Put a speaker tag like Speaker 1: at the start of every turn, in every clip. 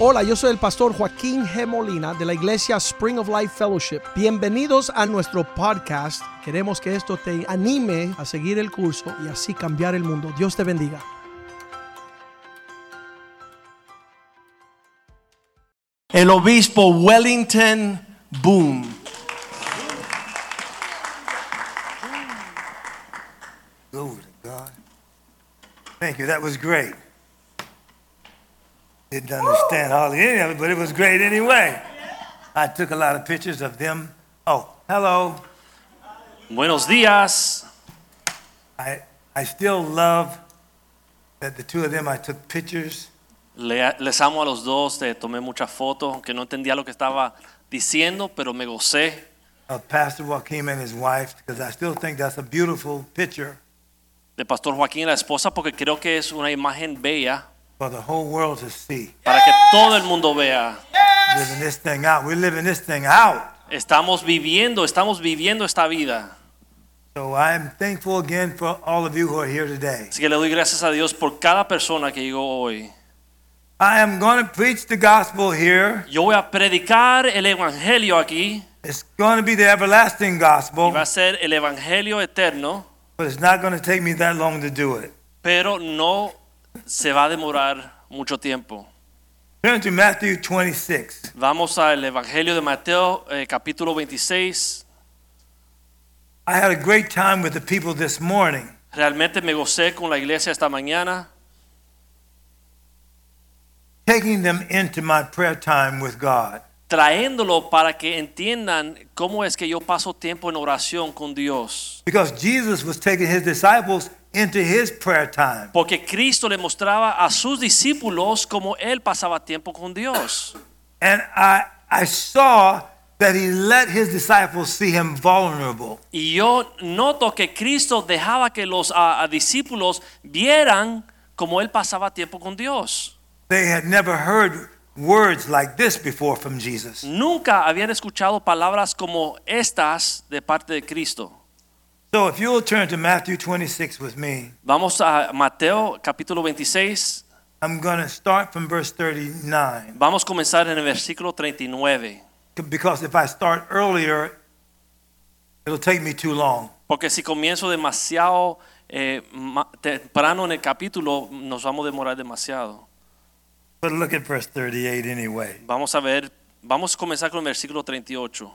Speaker 1: Hola, yo soy el pastor Joaquín G. Molina de la iglesia Spring of Life Fellowship. Bienvenidos a nuestro podcast. Queremos que esto te anime a seguir el curso y así cambiar el mundo. Dios te bendiga.
Speaker 2: El obispo Wellington Boom.
Speaker 3: Glory to God. Thank you. That was great. Didn't understand hardly any of it, but it was great anyway. I took a lot of pictures of them. Oh, hello.
Speaker 2: Buenos días.
Speaker 3: I, I still love that the two of them, I took pictures.
Speaker 2: Le- les amo a los dos. Te tomé muchas fotos, aunque no entendía lo que estaba diciendo, pero me gocé.
Speaker 3: Of Pastor Joaquim and his wife, because I still think that's a beautiful picture
Speaker 2: De Pastor Joaquín y la esposa, porque creo que es una imagen bella
Speaker 3: for the whole world to see.
Speaker 2: para que todo el mundo vea.
Speaker 3: Living this thing out. We're living this thing out.
Speaker 2: Estamos viviendo, estamos viviendo esta vida.
Speaker 3: So I'm thankful again for all of you who are here today.
Speaker 2: Así que le doy gracias a Dios por cada persona que llegó hoy.
Speaker 3: I am going to preach the gospel here.
Speaker 2: Yo voy a predicar el evangelio aquí.
Speaker 3: It's going to be the everlasting
Speaker 2: Y
Speaker 3: gospel,
Speaker 2: va a ser el evangelio eterno,
Speaker 3: but it's not going to take me that long to do it.
Speaker 2: pero no se va a demorar mucho tiempo.
Speaker 3: Turn to Matthew 26.
Speaker 2: Vamos al Evangelio de Mateo, eh, capítulo 26.
Speaker 3: I had a great time with the people this morning.
Speaker 2: Realmente me gocé con la iglesia esta mañana,
Speaker 3: Taking them into my prayer time with God.
Speaker 2: traéndolo para que entiendan cómo es que yo paso tiempo en oración con Dios.
Speaker 3: Because Jesus was taking his disciples into his prayer time.
Speaker 2: Porque Cristo le mostraba a sus discípulos cómo él pasaba tiempo con Dios.
Speaker 3: And I, I saw that he let his disciples see him vulnerable.
Speaker 2: Y yo noto que Cristo dejaba que los ah, ah, discípulos vieran cómo él pasaba tiempo con Dios.
Speaker 3: They had never heard words like this before from Jesus.
Speaker 2: Nunca habían escuchado palabras como estas de parte de Cristo.
Speaker 3: So if you'll turn to Matthew 26 with me.
Speaker 2: Vamos a Mateo capítulo 26.
Speaker 3: I'm going to start from verse 39
Speaker 2: Vamos a comenzar en el versículo 39.
Speaker 3: because if I start earlier, it'll take me too long.
Speaker 2: Porque si comienzo demasiado eh, ma- temprano en el capítulo, nos vamos a demorar demasiado.
Speaker 3: But look at verse 38 anyway.
Speaker 2: Vamos a ver, vamos a comenzar con el versículo 38.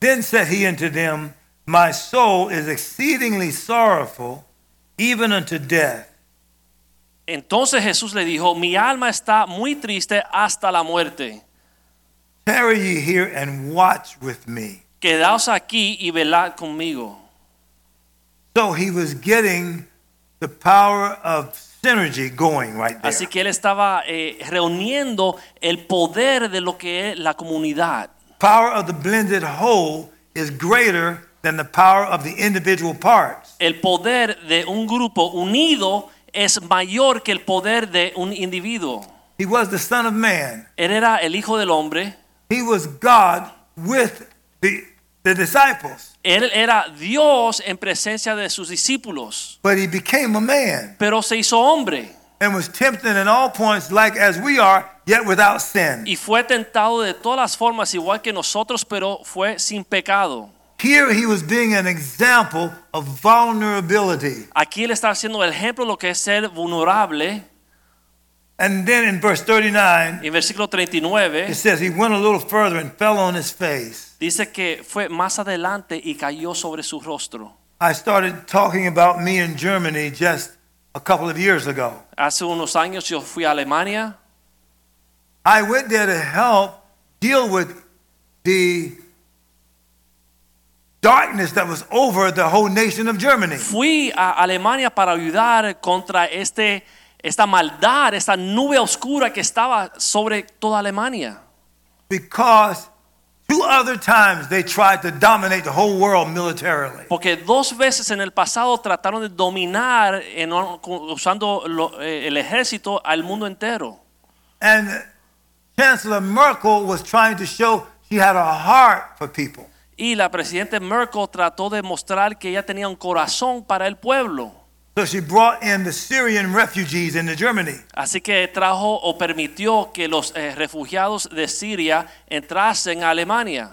Speaker 3: Then said he unto them, My soul is exceedingly sorrowful, even unto death.
Speaker 2: Entonces Jesús le dijo, mi alma está muy triste hasta la muerte.
Speaker 3: Tarry ye here and watch with me.
Speaker 2: Quedaos aquí y velad conmigo.
Speaker 3: So he was getting the power of synergy going right there.
Speaker 2: Así que él estaba eh, reuniendo el poder de lo que es la comunidad.
Speaker 3: power of the blended whole is greater than the power of the individual parts.
Speaker 2: El poder de un grupo unido es mayor que el poder de un individuo.
Speaker 3: He was the Son of Man.
Speaker 2: Él era el Hijo del Hombre,
Speaker 3: He was God with the, the disciples,
Speaker 2: él era Dios en presencia de sus discípulos,
Speaker 3: but he became a man
Speaker 2: pero se hizo hombre
Speaker 3: and was tempted in all points, like as we are, yet without sin.
Speaker 2: y fue tentado de todas las formas igual que nosotros, pero fue sin pecado.
Speaker 3: Here he was being an example of vulnerability.
Speaker 2: Aquí él está haciendo el ejemplo de lo que es ser vulnerable.
Speaker 3: And then in verse 39,
Speaker 2: En versículo
Speaker 3: it
Speaker 2: 39
Speaker 3: says he went a little further and fell on his face.
Speaker 2: dice que fue más adelante y cayó sobre su rostro.
Speaker 3: I started talking about me in Germany just a couple of years ago.
Speaker 2: Hace unos años yo fui a Alemania
Speaker 3: I went there to help deal with the darkness that was over the whole nation of Germany.
Speaker 2: fui a Alemania para ayudar contra este, esta maldad, esta nube oscura que estaba sobre toda Alemania.
Speaker 3: Because two other times they tried to dominate the whole world militarily.
Speaker 2: Porque dos veces en el pasado trataron de dominar en- usando lo- eh, el ejército al mundo entero.
Speaker 3: And Chancellor Merkel was trying to show she had a heart for people.
Speaker 2: Y la presidenta Merkel trató de mostrar que ella tenía un corazón para el pueblo.
Speaker 3: So she brought in the Syrian refugees into Germany.
Speaker 2: Así que trajo o permitió que los eh, refugiados de Siria entrasen a Alemania.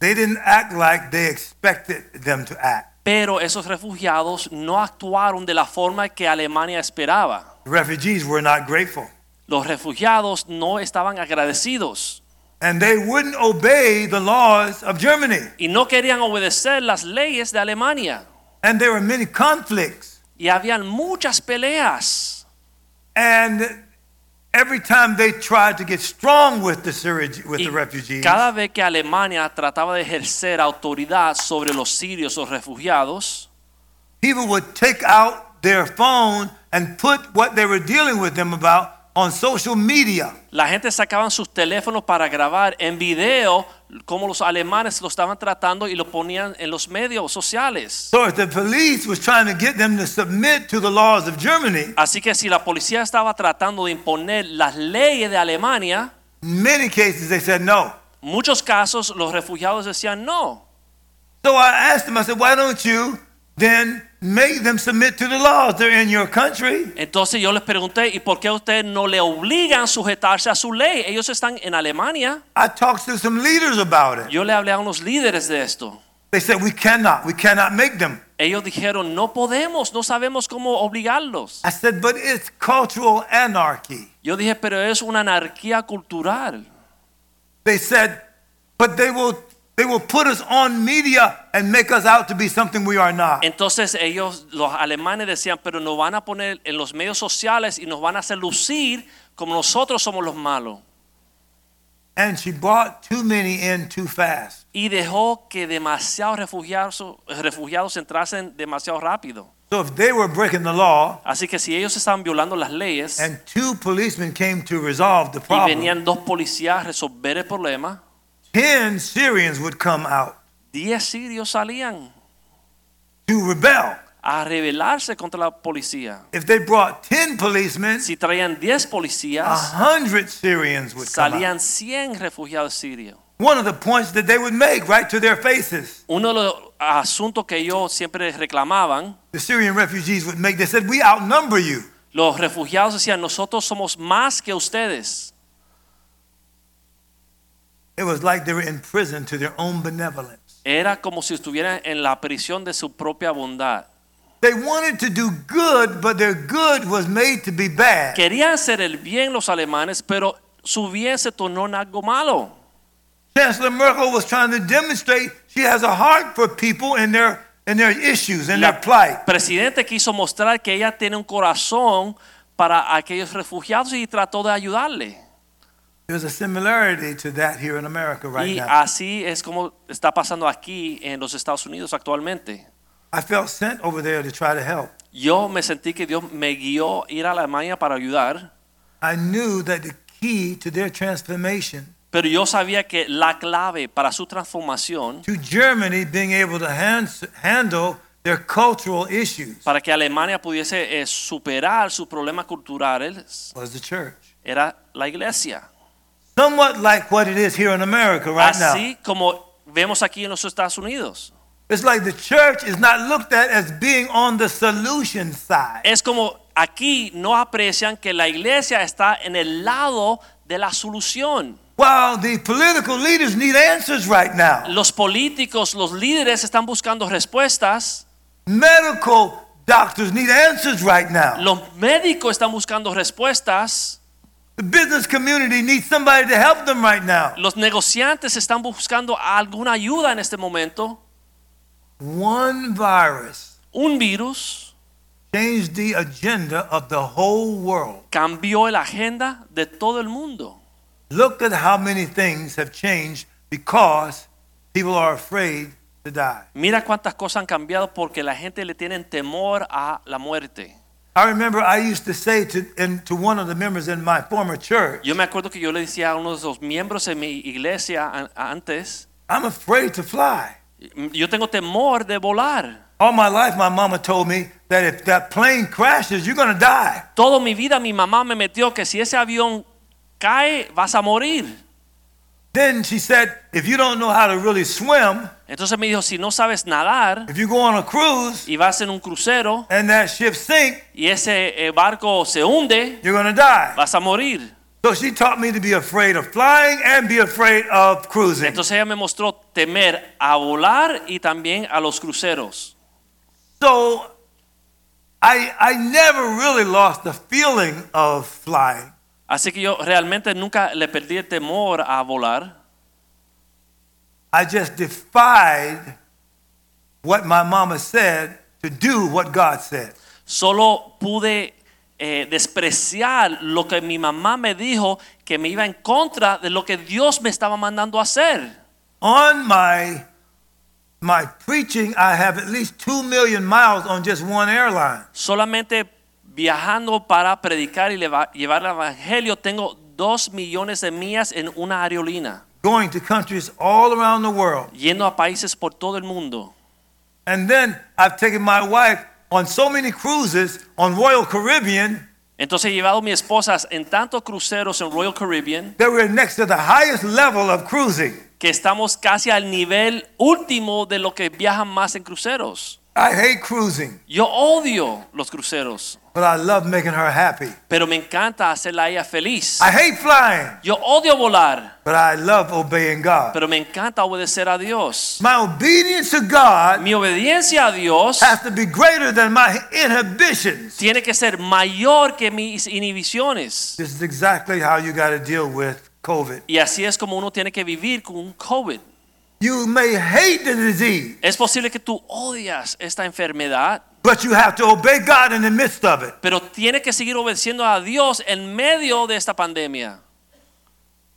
Speaker 3: They didn't act like they expected them to act.
Speaker 2: Pero esos refugiados no actuaron de la forma que Alemania esperaba.
Speaker 3: The refugees were not grateful.
Speaker 2: Los refugiados no estaban agradecidos
Speaker 3: And they wouldn't obey the laws of Germany.
Speaker 2: y no querían obedecer las leyes de Alemania.
Speaker 3: And there were many conflicts.
Speaker 2: Y habían muchas peleas.
Speaker 3: And every time they tried to get strong with the Syri- with
Speaker 2: Y
Speaker 3: the refugees,
Speaker 2: cada vez que Alemania trataba de ejercer autoridad sobre los sirios o refugiados,
Speaker 3: people would take out their phone and put what they were dealing with them about on social media.
Speaker 2: la gente sacaban sus teléfonos para grabar en video cómo los alemanes lo estaban tratando y lo ponían en los medios sociales.
Speaker 3: So if the police was trying to get them to submit to the laws of Germany,
Speaker 2: Así que si la policía estaba tratando de imponer las leyes de Alemania,
Speaker 3: in many cases they said no.
Speaker 2: muchos casos los refugiados decían no.
Speaker 3: So I asked them, I said, why don't you then make them submit to the laws? They're in your country.
Speaker 2: Entonces yo les pregunté, ¿y por qué ustedes no le obligan a sujetarse a su ley? Ellos están en Alemania.
Speaker 3: I talked to some leaders about it.
Speaker 2: Yo le hablé a unos líderes de esto.
Speaker 3: They said, we cannot, we cannot make them.
Speaker 2: Ellos dijeron, no podemos, no sabemos cómo obligarlos.
Speaker 3: I said, but it's cultural anarchy.
Speaker 2: Yo dije, pero es una anarquía cultural.
Speaker 3: They said, but they will they will put us on media and make us out to be something we are not.
Speaker 2: Entonces ellos, los alemanes decían, pero nos van a poner en los medios sociales y nos van a hacer lucir como nosotros somos los malos.
Speaker 3: And she brought too many in too fast.
Speaker 2: Y dejó que demasiados refugiados, refugiados entrasen demasiado rápido.
Speaker 3: So if they were breaking the law
Speaker 2: Así que si ellos estaban violando las leyes
Speaker 3: and two policemen came to resolve the
Speaker 2: y
Speaker 3: problem,
Speaker 2: venían dos policías a resolver el problema,
Speaker 3: 10 Syrians would come out
Speaker 2: diez sirios salían
Speaker 3: to rebel.
Speaker 2: a rebelarse contra la policía.
Speaker 3: If they brought 10 policemen,
Speaker 2: Si traían 10
Speaker 3: a
Speaker 2: policías,
Speaker 3: 100 Syrians would come out.
Speaker 2: salían 100 refugiados sirios.
Speaker 3: One of the points that they would make right to their faces,
Speaker 2: Uno de los asuntos que ellos siempre reclamaban,
Speaker 3: the Syrian refugees would make, they said, We outnumber you.
Speaker 2: los refugiados decían, nosotros somos más que ustedes.
Speaker 3: It was like they were in prison to their own benevolence.
Speaker 2: Era como si estuvieran en la prisión de su propia bondad.
Speaker 3: They wanted to do good, but their good was made to be bad.
Speaker 2: Querían hacer el bien los alemanes, pero su bien se tornó en algo malo.
Speaker 3: Chancellor Merkel was trying to demonstrate she has a heart for people and their and their issues and their plight.
Speaker 2: La presidente quiso mostrar que ella tiene un corazón para aquellos refugiados y trató de ayudarle.
Speaker 3: There's a similarity to that here in America right
Speaker 2: y
Speaker 3: now.
Speaker 2: así es como está pasando aquí en los Estados Unidos actualmente.
Speaker 3: I felt sent over there to try to help.
Speaker 2: Yo me sentí que Dios me guió ir a Alemania para ayudar,
Speaker 3: I knew that the key to their transformation,
Speaker 2: pero yo sabía que la clave para su transformación,
Speaker 3: to Germany being able to hand, handle their cultural issues,
Speaker 2: para que Alemania pudiese eh, superar sus problemas culturales,
Speaker 3: was the church.
Speaker 2: era la iglesia.
Speaker 3: Somewhat like what it is here in America right now.
Speaker 2: Así como vemos aquí en los Estados Unidos.
Speaker 3: It's like the church is not looked at as being on the solution side.
Speaker 2: es como aquí no aprecian que la iglesia está en el lado de la solución.
Speaker 3: While the political leaders need answers right now,
Speaker 2: Los políticos, los líderes están buscando respuestas,
Speaker 3: medical doctors need answers right now,
Speaker 2: los médicos están buscando respuestas,
Speaker 3: the business community needs somebody to help them right now.
Speaker 2: los negociantes están buscando alguna ayuda en este momento.
Speaker 3: One virus
Speaker 2: Un virus
Speaker 3: changed the agenda of the whole world.
Speaker 2: cambió la agenda de todo el mundo.
Speaker 3: Look at how many things have changed because people are afraid to die.
Speaker 2: Mira cuántas cosas han cambiado porque la gente le tiene temor a la muerte.
Speaker 3: I remember I used to say to, and to one of the members in my former church,
Speaker 2: Yo me acuerdo que yo le decía a uno de los miembros de mi iglesia an- antes,
Speaker 3: I'm afraid to fly.
Speaker 2: Yo tengo temor de volar.
Speaker 3: All my life, my mama told me that if that plane crashes, you're going to die.
Speaker 2: Toda mi vida mi mamá me metió que si ese avión cae vas a morir.
Speaker 3: Then she said, if you don't know how to really swim,
Speaker 2: Entonces me dijo, si no sabes nadar
Speaker 3: If you go on a cruise
Speaker 2: y vas en un crucero
Speaker 3: and that ship sink,
Speaker 2: y ese eh, barco se hunde,
Speaker 3: you're going to die.
Speaker 2: vas a morir.
Speaker 3: So she taught me to be afraid of flying and be afraid of cruising.
Speaker 2: Entonces ella me mostró temer a volar y también a los cruceros.
Speaker 3: So I I never really lost the feeling of flying.
Speaker 2: Así que yo realmente nunca le perdí el temor a volar.
Speaker 3: I just defied what my mama said to do what God said.
Speaker 2: Solo pude eh, despreciar lo que mi mamá me dijo que me iba en contra de lo que Dios me estaba mandando a hacer.
Speaker 3: On my my preaching, I have at least two million miles on just one airline.
Speaker 2: Solamente viajando para predicar y leva- llevar el evangelio tengo dos millones de millas en una aerolínea,
Speaker 3: Going to countries all around the world.
Speaker 2: yendo a países por todo el mundo.
Speaker 3: And then I've taken my wife on so many cruises on Royal Caribbean
Speaker 2: Entonces he llevado a mi esposa en tantos cruceros en Royal Caribbean
Speaker 3: that we're next to the highest level of cruising.
Speaker 2: que estamos casi al nivel último de lo que viajan más en cruceros.
Speaker 3: I hate cruising,
Speaker 2: Yo odio los cruceros,
Speaker 3: but I love making her happy.
Speaker 2: pero me encanta hacerla a ella feliz.
Speaker 3: I hate flying,
Speaker 2: Yo odio volar,
Speaker 3: but I love obeying God.
Speaker 2: pero me encanta obedecer a Dios.
Speaker 3: My obedience to God
Speaker 2: Mi obediencia a Dios
Speaker 3: has to be greater than my inhibitions.
Speaker 2: tiene que ser mayor que mis inhibiciones.
Speaker 3: This is exactly how you got to deal with COVID.
Speaker 2: Y así es como uno tiene que vivir con un COVID.
Speaker 3: You may hate the disease,
Speaker 2: Es posible que tú odias esta enfermedad,
Speaker 3: but you have to obey God in the midst of it.
Speaker 2: pero tienes que seguir obedeciendo a Dios en medio de esta pandemia.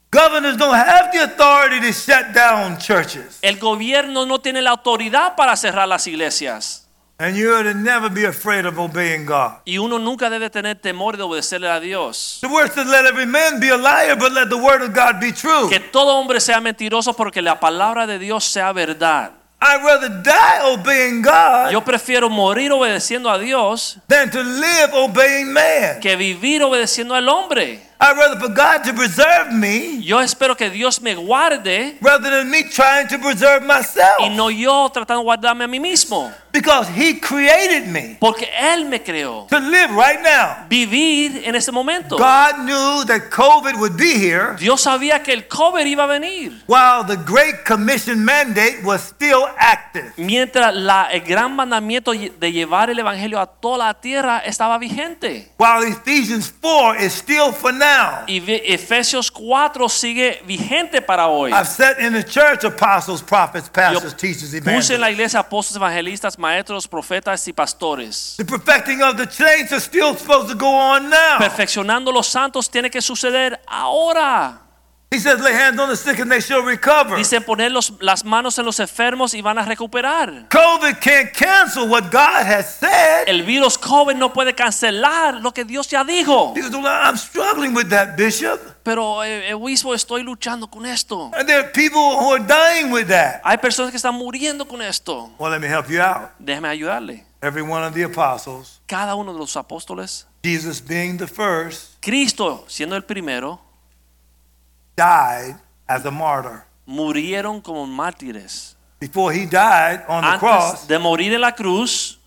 Speaker 3: Governors don't have the authority to shut down churches,
Speaker 2: El gobierno no tiene la autoridad para cerrar las iglesias.
Speaker 3: and you're to never be afraid of obeying God.
Speaker 2: Y uno nunca debe tener temor de obedecerle a Dios.
Speaker 3: The word says, "Let every man be a liar, but let the word of God be true."
Speaker 2: Que todo hombre sea mentiroso porque la palabra de Dios sea verdad.
Speaker 3: I'd rather die obeying God
Speaker 2: Yo prefiero morir obedeciendo a Dios
Speaker 3: than to live obeying man.
Speaker 2: que vivir obedeciendo al hombre.
Speaker 3: I'd rather for God to preserve me
Speaker 2: Yo espero que Dios me guarde
Speaker 3: rather than me trying to preserve
Speaker 2: y
Speaker 3: myself
Speaker 2: no yo tratando de guardarme a mí mismo.
Speaker 3: because He created me
Speaker 2: Porque Él me creó.
Speaker 3: to live right now.
Speaker 2: Vivir en este momento.
Speaker 3: God knew that COVID would be here
Speaker 2: Dios sabía que el cover iba a venir.
Speaker 3: while the Great Commission mandate was still active.
Speaker 2: Mientras la- el gran mandamiento de llevar el evangelio a toda la tierra estaba vigente.
Speaker 3: While Ephesians 4 is still for now.
Speaker 2: Y ve- Efesios 4 sigue vigente para hoy.
Speaker 3: I've set in the church apostles, prophets, pastors, teachers,
Speaker 2: Puse en la
Speaker 3: evangelists.
Speaker 2: iglesia apóstoles, evangelistas, maestros, profetas y pastores.
Speaker 3: The perfecting of the saints is still supposed to go on now.
Speaker 2: Perfeccionando los santos tiene que suceder ahora.
Speaker 3: He says, lay hands on the sick and they shall recover.
Speaker 2: Dicen poner los- las manos en los enfermos y van a recuperar.
Speaker 3: COVID can't cancel what God has said.
Speaker 2: El virus COVID no puede cancelar lo que Dios ya dijo.
Speaker 3: He goes, well, I'm struggling with that, Bishop.
Speaker 2: Pero, eh, eh, obispo, estoy luchando con esto.
Speaker 3: And there are people who are dying with that.
Speaker 2: Hay personas que están muriendo con esto.
Speaker 3: Well, let me help you out.
Speaker 2: Déjame ayudarle.
Speaker 3: Every one of the apostles,
Speaker 2: Cada uno de los apóstoles,
Speaker 3: Jesus being the first,
Speaker 2: Cristo siendo el primero,
Speaker 3: died as a martyr.
Speaker 2: murieron como mártires.
Speaker 3: Before he died on the
Speaker 2: Antes
Speaker 3: cross,
Speaker 2: de morir en la cruz,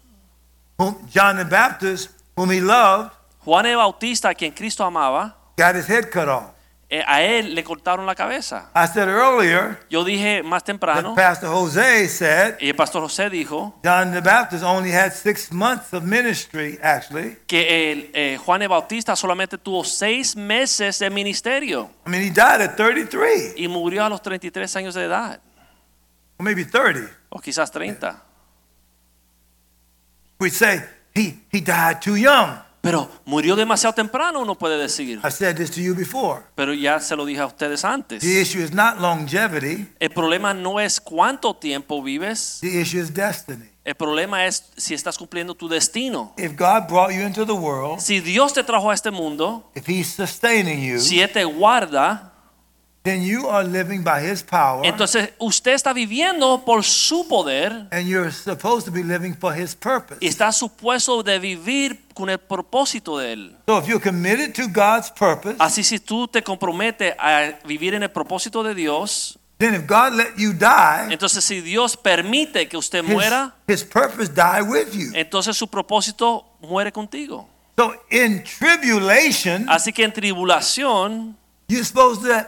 Speaker 3: whom John the Baptist, whom he loved,
Speaker 2: Juan el Bautista, a quien Cristo amaba,
Speaker 3: got his head cut off.
Speaker 2: eh, a él le cortaron la cabeza.
Speaker 3: I said earlier
Speaker 2: Yo dije más temprano,
Speaker 3: that Pastor Jose said
Speaker 2: y el pastor José dijo,
Speaker 3: John the Baptist only had six months of ministry, actually.
Speaker 2: que el, eh, Juan el Bautista solamente tuvo seis meses de ministerio
Speaker 3: I mean, he died at 33,
Speaker 2: y murió a los 33 años de edad,
Speaker 3: or maybe 30.
Speaker 2: o quizás 30.
Speaker 3: We say he, he died too young.
Speaker 2: Pero murió demasiado temprano, uno puede decir.
Speaker 3: I've said this to you before.
Speaker 2: Pero ya se lo dije a ustedes antes.
Speaker 3: The issue is not longevity,
Speaker 2: El problema no es cuánto tiempo vives,
Speaker 3: the issue is destiny.
Speaker 2: el problema es si estás cumpliendo tu destino.
Speaker 3: If God brought you into the world,
Speaker 2: Si Dios te trajo a este mundo,
Speaker 3: if he's sustaining you,
Speaker 2: si Él te guarda,
Speaker 3: then you are living by his power
Speaker 2: entonces usted está viviendo por su poder
Speaker 3: and you're supposed to be living for his purpose.
Speaker 2: y está supuesto de vivir con el propósito de Él.
Speaker 3: So if you're committed to God's purpose,
Speaker 2: Así si tú te comprometes a vivir en el propósito de Dios,
Speaker 3: Then if God let you die,
Speaker 2: Entonces si Dios permite que usted
Speaker 3: his,
Speaker 2: muera,
Speaker 3: his purpose die with you.
Speaker 2: entonces su propósito muere contigo.
Speaker 3: So in tribulation,
Speaker 2: Así que en tribulación,
Speaker 3: you're supposed to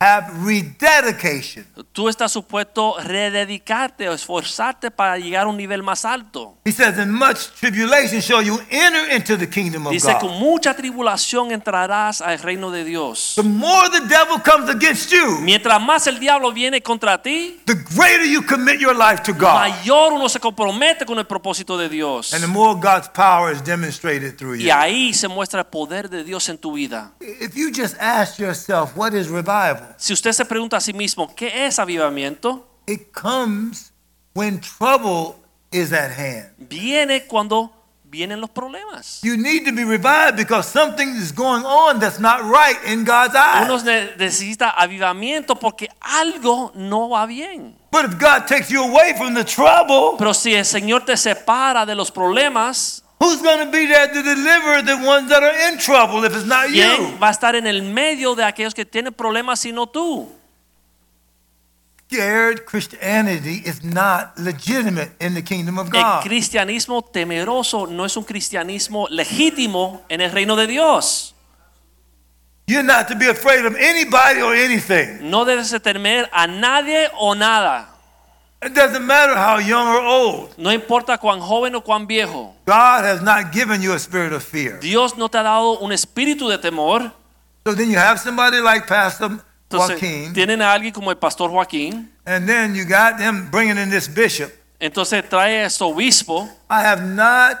Speaker 3: have rededication.
Speaker 2: tú estás supuesto rededicarte o esforzarte para llegar a un nivel más alto.
Speaker 3: He says, in much tribulation shall you enter into the kingdom of
Speaker 2: Dice, con
Speaker 3: Oh, God.
Speaker 2: mucha tribulación entrarás al reino de Dios.
Speaker 3: The more the devil comes against you,
Speaker 2: Mientras más el diablo viene contra ti,
Speaker 3: the greater you commit your life to God.
Speaker 2: mayor uno se compromete con el propósito de Dios.
Speaker 3: And the more God's power is demonstrated through
Speaker 2: Y
Speaker 3: you.
Speaker 2: ahí se muestra el poder de Dios en tu vida.
Speaker 3: If you just ask yourself, what is revival?
Speaker 2: Si usted se pregunta a sí mismo, ¿qué es avivamiento?
Speaker 3: It comes when trouble is at hand.
Speaker 2: Viene cuando vienen los problemas.
Speaker 3: You need to be revived because something is going on that's not right in God's
Speaker 2: Uno
Speaker 3: eyes.
Speaker 2: ne- necesita avivamiento porque algo no va bien.
Speaker 3: But if God takes you away from the trouble,
Speaker 2: Pero si el Señor te separa de los problemas,
Speaker 3: who's going to be there to deliver the ones that are in trouble if it's not you?
Speaker 2: ¿quién va a estar en el medio de aquellos que tienen problemas sino tú?
Speaker 3: Scared Christianity is not legitimate in the kingdom of
Speaker 2: El
Speaker 3: God.
Speaker 2: cristianismo temeroso no es un cristianismo legítimo en el reino de Dios.
Speaker 3: You're not to be afraid of anybody or anything.
Speaker 2: No debes de temer a nadie o nada.
Speaker 3: It doesn't matter how young or old.
Speaker 2: No importa cuán joven o cuán viejo.
Speaker 3: God has not given you a spirit of fear.
Speaker 2: Dios no te ha dado un espíritu de temor.
Speaker 3: So then you have somebody like Pastor
Speaker 2: Entonces,
Speaker 3: Joaquin,
Speaker 2: tienen a alguien como el pastor Joaquín.
Speaker 3: and then you got him bringing in this bishop.
Speaker 2: Entonces trae a su obispo.
Speaker 3: I have not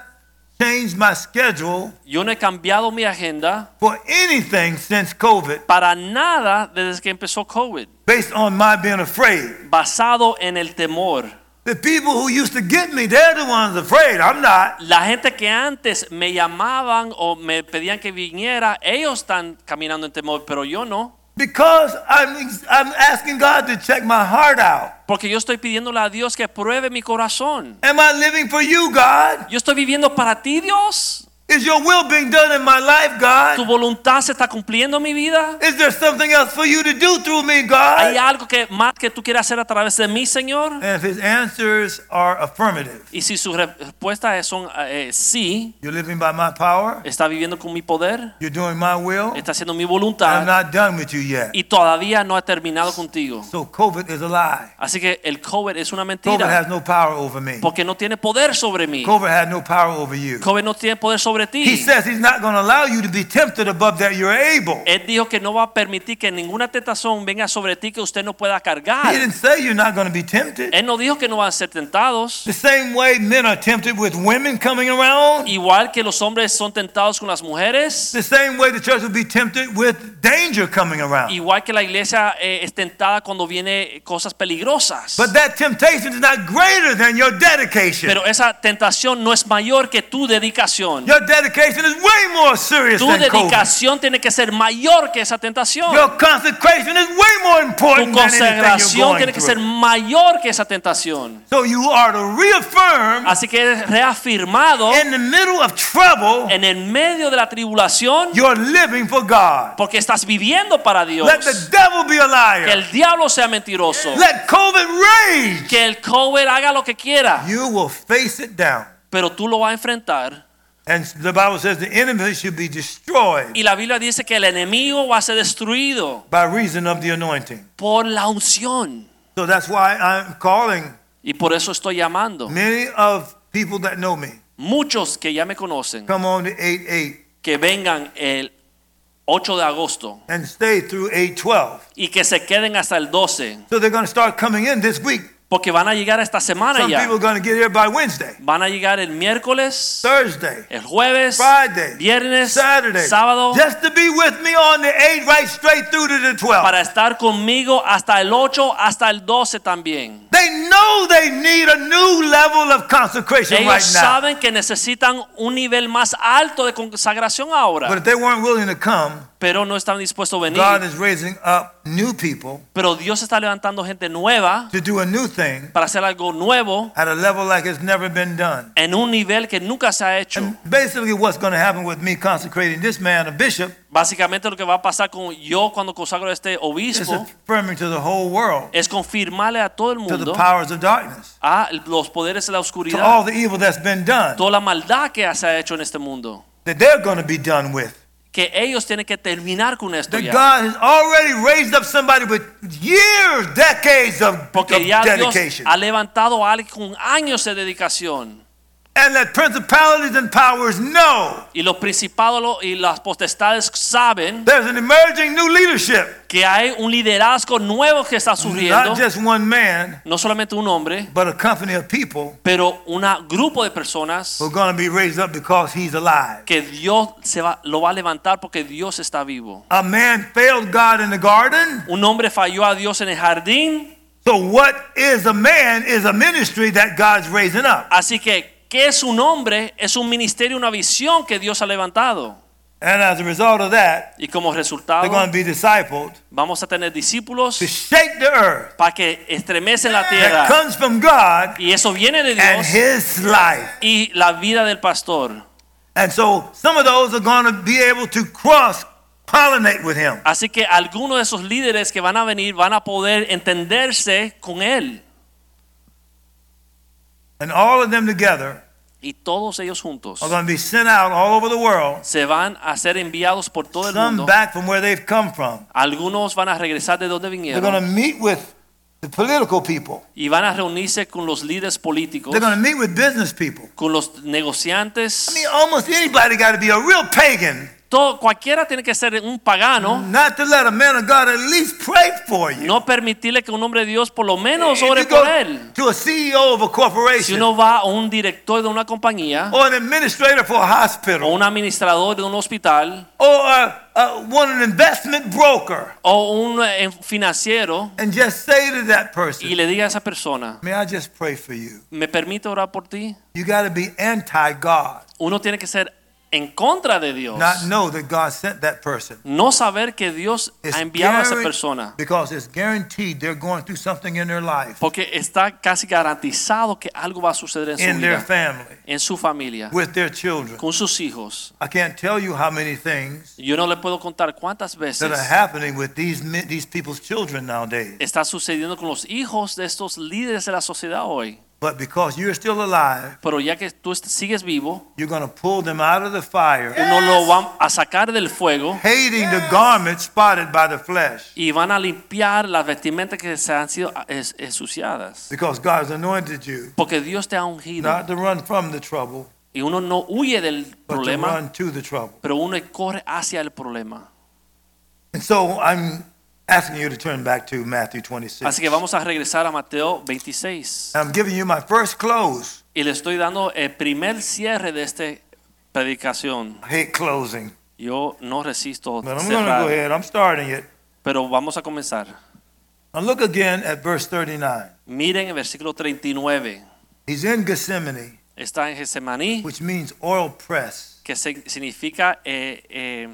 Speaker 3: changed my schedule
Speaker 2: Yo no he cambiado mi agenda
Speaker 3: for anything since COVID
Speaker 2: para nada desde que empezó COVID,
Speaker 3: based on my being afraid.
Speaker 2: basado en el temor.
Speaker 3: The people who used to get me, they're the ones afraid. I'm not.
Speaker 2: La gente que antes me llamaban o me pedían que viniera, ellos están caminando en temor, pero yo no.
Speaker 3: Because I'm, I'm asking God to check my heart out.
Speaker 2: Porque yo estoy pidiéndole a Dios que pruebe mi corazón.
Speaker 3: Am I living for you, God?
Speaker 2: Yo estoy viviendo para ti, Dios.
Speaker 3: Is your will being done in my life,
Speaker 2: Tu
Speaker 3: God?
Speaker 2: voluntad se está cumpliendo en mi vida.
Speaker 3: Is there something else for you to do through me,
Speaker 2: ¿Hay
Speaker 3: God?
Speaker 2: algo que más que tú quieras hacer a través de mí, Señor?
Speaker 3: And if his answers are affirmative,
Speaker 2: Y si su re- respuesta es son, eh, sí,
Speaker 3: you're living by my power,
Speaker 2: está viviendo con mi poder,
Speaker 3: you're doing my will,
Speaker 2: está haciendo mi
Speaker 3: I'm
Speaker 2: voluntad
Speaker 3: not done with you yet.
Speaker 2: y todavía no ha terminado contigo.
Speaker 3: So COVID is a lie.
Speaker 2: Así que el COVID es una
Speaker 3: COVID
Speaker 2: mentira
Speaker 3: has no power over me.
Speaker 2: porque no tiene poder sobre mí.
Speaker 3: COVID had no power over you.
Speaker 2: COVID no tiene poder sobre
Speaker 3: He
Speaker 2: ti.
Speaker 3: says he's not going to allow you to be tempted above that you're able.
Speaker 2: Él dijo que no va a permitir que ninguna tentación venga sobre ti que usted no pueda
Speaker 3: He
Speaker 2: cargar.
Speaker 3: didn't say you're not going to be tempted.
Speaker 2: Él no dijo que no van a ser tentados.
Speaker 3: The same way men are tempted with women coming around,
Speaker 2: Igual que los hombres son tentados con las mujeres.
Speaker 3: the same way the church will be tempted with danger coming around.
Speaker 2: Igual que la iglesia eh, es tentada cuando viene cosas peligrosas.
Speaker 3: But that temptation is not greater than your dedication.
Speaker 2: Pero esa tentación no es mayor que tu dedicación.
Speaker 3: Your dedication is way more serious
Speaker 2: Tu
Speaker 3: than COVID.
Speaker 2: dedicación tiene que ser mayor que esa tentación.
Speaker 3: Your consecration is way more
Speaker 2: Tu
Speaker 3: important than anything
Speaker 2: consagración
Speaker 3: you're
Speaker 2: tiene
Speaker 3: going
Speaker 2: que ser
Speaker 3: through.
Speaker 2: mayor que esa tentación.
Speaker 3: So you are to reaffirm
Speaker 2: Así que eres reafirmado
Speaker 3: in the middle of trouble
Speaker 2: en el medio de la tribulación
Speaker 3: You're living for God.
Speaker 2: porque estás viviendo para Dios.
Speaker 3: Let the devil be a
Speaker 2: Que
Speaker 3: liar.
Speaker 2: el diablo sea mentiroso.
Speaker 3: Let COVID rage.
Speaker 2: Que el cover haga lo que quiera,
Speaker 3: You will face it down.
Speaker 2: pero tú lo vas a enfrentar.
Speaker 3: And the Bible says the enemy should be destroyed
Speaker 2: Y la Biblia dice que el enemigo va a ser destruido
Speaker 3: by reason of the anointing.
Speaker 2: por la unción.
Speaker 3: So that's why I'm calling
Speaker 2: Y por eso estoy llamando.
Speaker 3: many of people that know me.
Speaker 2: Muchos que ya me conocen,
Speaker 3: Come on to 8 8
Speaker 2: que vengan el 8 de agosto
Speaker 3: and stay through 8 12.
Speaker 2: y que se queden hasta el 12,
Speaker 3: So they're going to start coming in this week.
Speaker 2: porque van a llegar esta semana
Speaker 3: Some
Speaker 2: ya.
Speaker 3: people are going to get here by Wednesday,
Speaker 2: Van a llegar el miércoles,
Speaker 3: Thursday,
Speaker 2: el jueves,
Speaker 3: Friday,
Speaker 2: viernes,
Speaker 3: Saturday,
Speaker 2: sábado,
Speaker 3: just to be with me on the 8 right straight through to the 12.
Speaker 2: para estar conmigo hasta el 8, hasta el 12 también.
Speaker 3: They know they need a new level of consecration
Speaker 2: Ellos
Speaker 3: right now.
Speaker 2: saben que necesitan un nivel más alto de consagración
Speaker 3: But
Speaker 2: ahora,
Speaker 3: if they weren't willing to come,
Speaker 2: pero no están dispuestos a
Speaker 3: God
Speaker 2: venir.
Speaker 3: is raising up new people
Speaker 2: Pero Dios está levantando gente nueva
Speaker 3: to do a new thing
Speaker 2: para hacer algo nuevo
Speaker 3: at a level like it's never been done.
Speaker 2: en un nivel que nunca se ha hecho.
Speaker 3: And basically, what's going to happen with me consecrating this man a bishop
Speaker 2: Básicamente lo que va a pasar con yo cuando consagro a este
Speaker 3: It's
Speaker 2: obispo
Speaker 3: affirming to the whole world,
Speaker 2: es confirmarle a todo el
Speaker 3: to the
Speaker 2: mundo
Speaker 3: powers of darkness,
Speaker 2: a los poderes de la
Speaker 3: to all
Speaker 2: oscuridad,
Speaker 3: the evil that's been done,
Speaker 2: toda la maldad que se ha hecho en este mundo,
Speaker 3: that they're going to be done with.
Speaker 2: que ellos tienen que terminar con esto
Speaker 3: That
Speaker 2: ya.
Speaker 3: God has already raised up somebody with years, decades of, of
Speaker 2: Porque ya Dios
Speaker 3: dedication.
Speaker 2: ha levantado a alguien con años de dedicación.
Speaker 3: and let principalities and powers know
Speaker 2: Y los principados y las potestades saben
Speaker 3: there's an emerging new leadership.
Speaker 2: que hay un liderazgo nuevo que está surgiendo,
Speaker 3: Not just one man,
Speaker 2: no solamente un hombre,
Speaker 3: but a company of people
Speaker 2: pero un grupo de personas
Speaker 3: who are going to be raised up because he's alive.
Speaker 2: que Dios se va, lo va a levantar porque Dios está vivo.
Speaker 3: A man failed God in the garden.
Speaker 2: Un hombre falló a Dios en el jardín,
Speaker 3: So, what is a man is a ministry that God's raising up.
Speaker 2: así que ¿qué es un hombre? Es un ministerio, una visión que Dios ha levantado.
Speaker 3: And as a result of that,
Speaker 2: Y como
Speaker 3: they're going
Speaker 2: resultado
Speaker 3: to be discipled
Speaker 2: vamos a tener discípulos
Speaker 3: to shake the earth
Speaker 2: para que estremecen la
Speaker 3: that
Speaker 2: tierra.
Speaker 3: comes from God
Speaker 2: Y eso viene de
Speaker 3: and
Speaker 2: Dios
Speaker 3: his life.
Speaker 2: y la vida del pastor.
Speaker 3: And so, some of those are going to be able to cross pollinate with him.
Speaker 2: Así que algunos de esos líderes que van a venir van a poder entenderse con él.
Speaker 3: And all of them together
Speaker 2: Y todos ellos juntos
Speaker 3: are going to be sent out all over the world,
Speaker 2: se van a ser enviados por todo el
Speaker 3: some
Speaker 2: mundo.
Speaker 3: back from where they've come from.
Speaker 2: Algunos van a regresar de donde
Speaker 3: They're going
Speaker 2: vinieron
Speaker 3: to meet with the political people.
Speaker 2: y van a reunirse con los líderes políticos,
Speaker 3: They're going to meet with business people.
Speaker 2: con los
Speaker 3: I
Speaker 2: negociantes.
Speaker 3: mean, almost anybody got to be a real pagan
Speaker 2: Todo, cualquiera tiene que ser un pagano.
Speaker 3: not to let a man of God at least pray for you.
Speaker 2: No permitirle que un hombre de Dios por lo menos
Speaker 3: If
Speaker 2: ore
Speaker 3: you go
Speaker 2: por él.
Speaker 3: to a CEO of a
Speaker 2: Si
Speaker 3: corporation
Speaker 2: uno va a un director de una compañía
Speaker 3: or an administrator for a
Speaker 2: o
Speaker 3: hospital
Speaker 2: un administrador de un hospital
Speaker 3: or a, a, one an investment broker
Speaker 2: o un eh, financiero
Speaker 3: and just say to that
Speaker 2: y
Speaker 3: person,
Speaker 2: le diga a esa persona,
Speaker 3: "May I just pray for you?"
Speaker 2: ¿me permite orar por ti?
Speaker 3: You got to be anti-God,
Speaker 2: Uno tiene que ser en contra de Dios.
Speaker 3: not know that God sent that person.
Speaker 2: No saber que Dios
Speaker 3: It's
Speaker 2: ha enviado a esa
Speaker 3: guaran-
Speaker 2: persona.
Speaker 3: Because it's guaranteed they're going through something in their life,
Speaker 2: Porque está casi garantizado que algo va a suceder en su
Speaker 3: in their
Speaker 2: vida,
Speaker 3: family,
Speaker 2: en su familia,
Speaker 3: with their children.
Speaker 2: con sus hijos.
Speaker 3: I can't tell you how many things
Speaker 2: Yo no le puedo contar cuántas
Speaker 3: that
Speaker 2: veces
Speaker 3: are happening with these men- these people's children nowadays.
Speaker 2: está sucediendo con los hijos de estos líderes de la sociedad hoy.
Speaker 3: But because you're still alive,
Speaker 2: Pero ya que tú est- sigues vivo,
Speaker 3: you're going to pull them out of the fire,
Speaker 2: uno lo va a sacar del fuego
Speaker 3: hating the garment spotted by the flesh,
Speaker 2: y van a limpiar las vestimentas que se han sido ah, es- ensuciadas.
Speaker 3: because God has anointed you
Speaker 2: Porque Dios te ha ungido.
Speaker 3: not to run from the trouble,
Speaker 2: Y uno no huye del
Speaker 3: but to
Speaker 2: problema,
Speaker 3: run to the trouble.
Speaker 2: pero uno corre hacia el problema.
Speaker 3: And so I'm asking you to turn back to Matthew 26.
Speaker 2: Así que vamos a regresar a Mateo 26.
Speaker 3: And I'm giving you my first close.
Speaker 2: Y le estoy dando el primer cierre de esta predicación.
Speaker 3: I hate closing,
Speaker 2: Yo no resisto
Speaker 3: but I'm going to go
Speaker 2: cerrar,
Speaker 3: ahead. I'm starting it.
Speaker 2: pero vamos a comenzar.
Speaker 3: Now look again at verse 39.
Speaker 2: Miren el versículo 39.
Speaker 3: He's in Gethsemane,
Speaker 2: Está en Getsemaní,
Speaker 3: which means oil press.
Speaker 2: que se- significa eh, eh,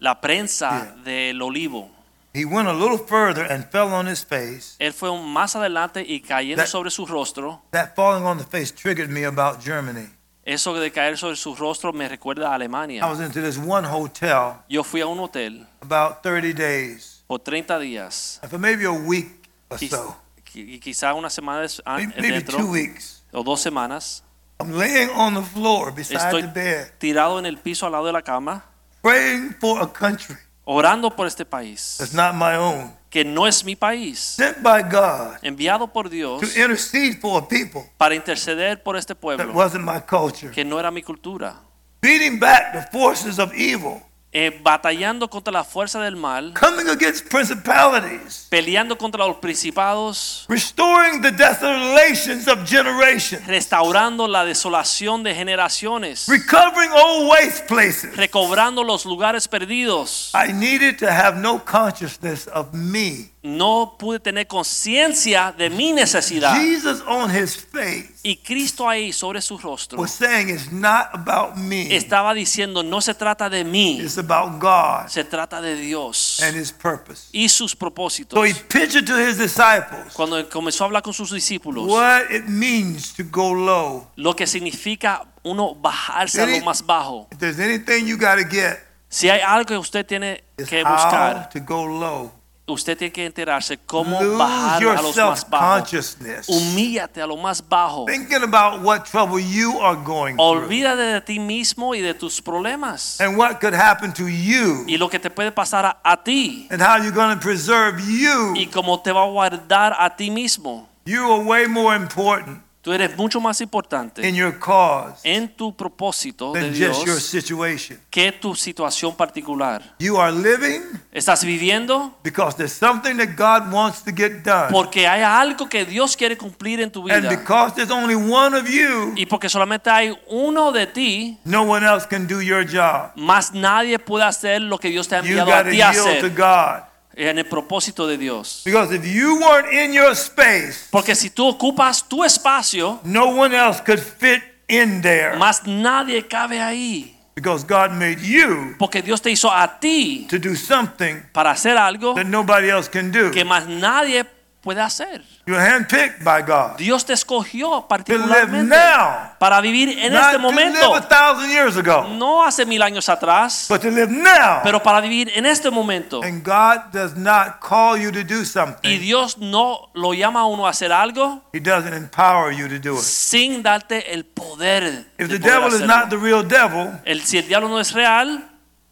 Speaker 2: la prensa del olivo.
Speaker 3: He went a little further and fell on his face.
Speaker 2: Él fue más adelante y cayendo
Speaker 3: That-
Speaker 2: sobre su rostro.
Speaker 3: That falling on the face triggered me about Germany.
Speaker 2: Eso de caer sobre su rostro me recuerda a Alemania.
Speaker 3: I was into this one hotel
Speaker 2: Yo fui a un hotel
Speaker 3: about 30 days,
Speaker 2: por 30 días,
Speaker 3: for maybe a week or
Speaker 2: Quiz-
Speaker 3: so,
Speaker 2: qui- quizá una semana des- a-
Speaker 3: may- maybe two
Speaker 2: dentro
Speaker 3: weeks.
Speaker 2: o dos semanas,
Speaker 3: I'm laying on the floor beside
Speaker 2: Estoy-
Speaker 3: the bed,
Speaker 2: tirado en el piso al lado de la cama,
Speaker 3: praying for a country
Speaker 2: orando por este país,
Speaker 3: that's not my own,
Speaker 2: que no es mi país,
Speaker 3: sent by God
Speaker 2: enviado por Dios
Speaker 3: to intercede for a people
Speaker 2: para interceder por este
Speaker 3: that
Speaker 2: pueblo,
Speaker 3: wasn't my culture,
Speaker 2: que no era mi cultura,
Speaker 3: beating back the forces of evil,
Speaker 2: Eh, batallando contra la fuerza del mal,
Speaker 3: coming against principalities,
Speaker 2: peleando contra los principados,
Speaker 3: restoring the desolations of generations,
Speaker 2: restaurando la desolación de generaciones,
Speaker 3: recovering old waste places.
Speaker 2: recobrando los lugares perdidos.
Speaker 3: I needed to have no consciousness of me.
Speaker 2: no pude tener conciencia de mi necesidad.
Speaker 3: Jesus on his face
Speaker 2: Y Cristo ahí sobre su rostro
Speaker 3: was saying it's not about me.
Speaker 2: estaba diciendo, no se trata de mí,
Speaker 3: It's about God
Speaker 2: se trata de Dios
Speaker 3: and his purpose.
Speaker 2: y sus
Speaker 3: So he
Speaker 2: propósitos.
Speaker 3: pictured to his disciples
Speaker 2: Cuando comenzó a hablar con sus discípulos,
Speaker 3: what it means to go low.
Speaker 2: lo que significa uno bajarse a
Speaker 3: Any-
Speaker 2: lo más bajo.
Speaker 3: If there's anything you got to get,
Speaker 2: Si hay algo que usted tiene
Speaker 3: It's
Speaker 2: que
Speaker 3: how
Speaker 2: buscar,
Speaker 3: to go low.
Speaker 2: usted tiene que enterarse cómo
Speaker 3: Lose
Speaker 2: bajar
Speaker 3: your
Speaker 2: a los más bajos.
Speaker 3: self-consciousness.
Speaker 2: Humíllate a lo más bajo.
Speaker 3: Thinking about what trouble you are going through
Speaker 2: Olvídate de ti mismo y de tus problemas.
Speaker 3: and what could happen to you
Speaker 2: Y lo que te puede pasar a, a ti.
Speaker 3: and how you're going to preserve you.
Speaker 2: Y cómo te va a guardar a ti mismo.
Speaker 3: You are way more important
Speaker 2: Tú eres mucho más importante
Speaker 3: in your cause
Speaker 2: en tu propósito de
Speaker 3: than just your
Speaker 2: Dios
Speaker 3: situation.
Speaker 2: que tu situación particular.
Speaker 3: You are living
Speaker 2: Estás viviendo
Speaker 3: because there's something that God wants to get done.
Speaker 2: porque hay algo que Dios quiere cumplir en tu
Speaker 3: And
Speaker 2: vida.
Speaker 3: because there's only one of you,
Speaker 2: Y porque solamente hay uno de ti,
Speaker 3: no one else can do your job.
Speaker 2: más nadie puede hacer lo que Dios te ha
Speaker 3: You
Speaker 2: enviado
Speaker 3: got
Speaker 2: a
Speaker 3: to
Speaker 2: ti a
Speaker 3: yield to
Speaker 2: hacer
Speaker 3: God.
Speaker 2: en el propósito de Dios.
Speaker 3: Because if you weren't in your space,
Speaker 2: Porque si tú ocupas tu espacio,
Speaker 3: no one else could fit in there.
Speaker 2: más nadie cabe ahí.
Speaker 3: Because God made you
Speaker 2: Porque Dios te hizo a ti
Speaker 3: to do something
Speaker 2: para hacer algo
Speaker 3: that nobody else can do.
Speaker 2: que más nadie puede hacer.
Speaker 3: You're handpicked by God.
Speaker 2: Dios te escogió
Speaker 3: To live
Speaker 2: particularmente
Speaker 3: now,
Speaker 2: para vivir en
Speaker 3: not to live a
Speaker 2: este momento,
Speaker 3: thousand years ago,
Speaker 2: no hace mil años atrás,
Speaker 3: but to live now.
Speaker 2: pero para vivir en este momento.
Speaker 3: And God does not call you to do
Speaker 2: Y
Speaker 3: something.
Speaker 2: Dios no lo llama a uno a hacer algo
Speaker 3: He doesn't empower you to do it.
Speaker 2: sin darte el poder.
Speaker 3: If
Speaker 2: de
Speaker 3: the
Speaker 2: poder
Speaker 3: devil is
Speaker 2: hacerlo.
Speaker 3: not the real devil,
Speaker 2: el, si el diablo no es real,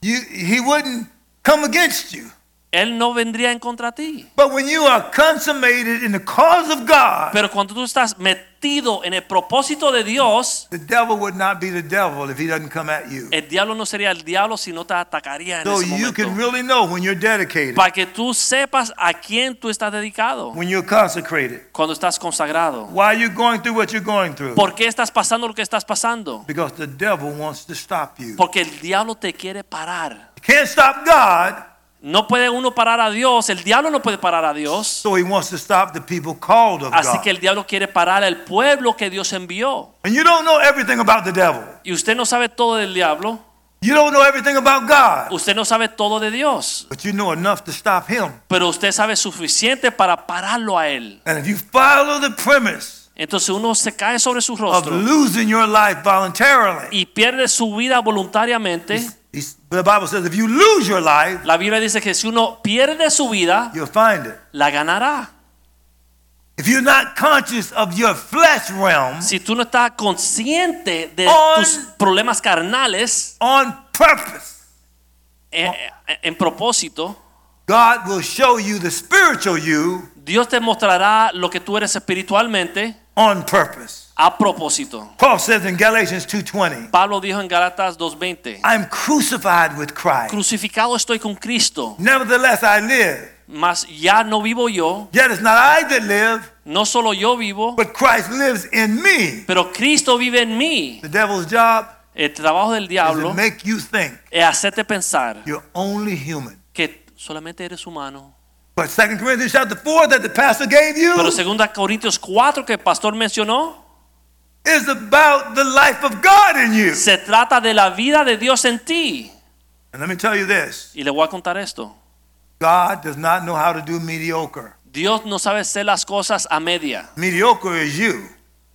Speaker 3: you, he wouldn't come against you.
Speaker 2: él no vendría en contra de ti.
Speaker 3: But when you are consummated in the cause of God,
Speaker 2: Pero cuando tú estás metido en el propósito de Dios,
Speaker 3: the devil would not be the devil if he doesn't come at you.
Speaker 2: el diablo no sería el diablo si no te atacaría en
Speaker 3: So
Speaker 2: ese
Speaker 3: you
Speaker 2: momento.
Speaker 3: can really know when you're dedicated,
Speaker 2: para que tú sepas a quién tú estás dedicado
Speaker 3: when you're consecrated,
Speaker 2: cuando estás consagrado.
Speaker 3: why you're going through what you're going through.
Speaker 2: ¿Por qué estás pasando lo que estás pasando?
Speaker 3: Because the devil wants to stop you.
Speaker 2: Porque el diablo te quiere parar.
Speaker 3: You can't stop God,
Speaker 2: No puede uno parar a Dios, el diablo no puede parar a Dios.
Speaker 3: so he wants to stop the people called of
Speaker 2: Así
Speaker 3: God.
Speaker 2: que el diablo quiere parar al pueblo que Dios envió.
Speaker 3: And you don't know everything about the devil.
Speaker 2: Y usted no sabe todo del diablo,
Speaker 3: You don't know everything about God,
Speaker 2: usted no sabe todo de Dios,
Speaker 3: but you know enough to stop him.
Speaker 2: pero usted sabe suficiente para pararlo a él.
Speaker 3: And if you follow the premise
Speaker 2: Entonces uno se cae sobre su
Speaker 3: of
Speaker 2: rostro
Speaker 3: losing your life voluntarily,
Speaker 2: y pierde su vida voluntariamente.
Speaker 3: he's- the Bible says if you lose your life,
Speaker 2: La Biblia dice que si uno pierde su vida,
Speaker 3: you'll find it.
Speaker 2: la ganará.
Speaker 3: If you're not conscious of your flesh realm
Speaker 2: Si tú no estás consciente de
Speaker 3: On-
Speaker 2: tus problemas carnales
Speaker 3: on purpose,
Speaker 2: eh, eh, en propósito,
Speaker 3: God will show you the spiritual you
Speaker 2: Dios te mostrará lo que tú eres espiritualmente
Speaker 3: on purpose.
Speaker 2: a propósito.
Speaker 3: Paul says in Galatians 2:20,
Speaker 2: Pablo dijo en Galatas 2:20,
Speaker 3: I'm crucified with Christ.
Speaker 2: crucificado estoy con Cristo,
Speaker 3: Nevertheless I live.
Speaker 2: mas ya no vivo yo,
Speaker 3: Yet it's not I that live,
Speaker 2: no solo yo vivo,
Speaker 3: but Christ lives in me.
Speaker 2: pero Cristo vive en mí.
Speaker 3: The devil's job
Speaker 2: El trabajo del
Speaker 3: is to
Speaker 2: diablo
Speaker 3: make you think
Speaker 2: es hacerte pensar
Speaker 3: you're only human.
Speaker 2: que solamente eres humano.
Speaker 3: But 2 Corinthians chapter 4 that the pastor gave you
Speaker 2: Pero 2 Corintios 4 que el pastor mencionó,
Speaker 3: is about the life of God in you.
Speaker 2: se trata de la vida de Dios en ti.
Speaker 3: And let me tell you this,
Speaker 2: Y le voy a contar esto.
Speaker 3: God does not know how to do mediocre.
Speaker 2: Dios no sabe hacer las cosas a media.
Speaker 3: Mediocre is you.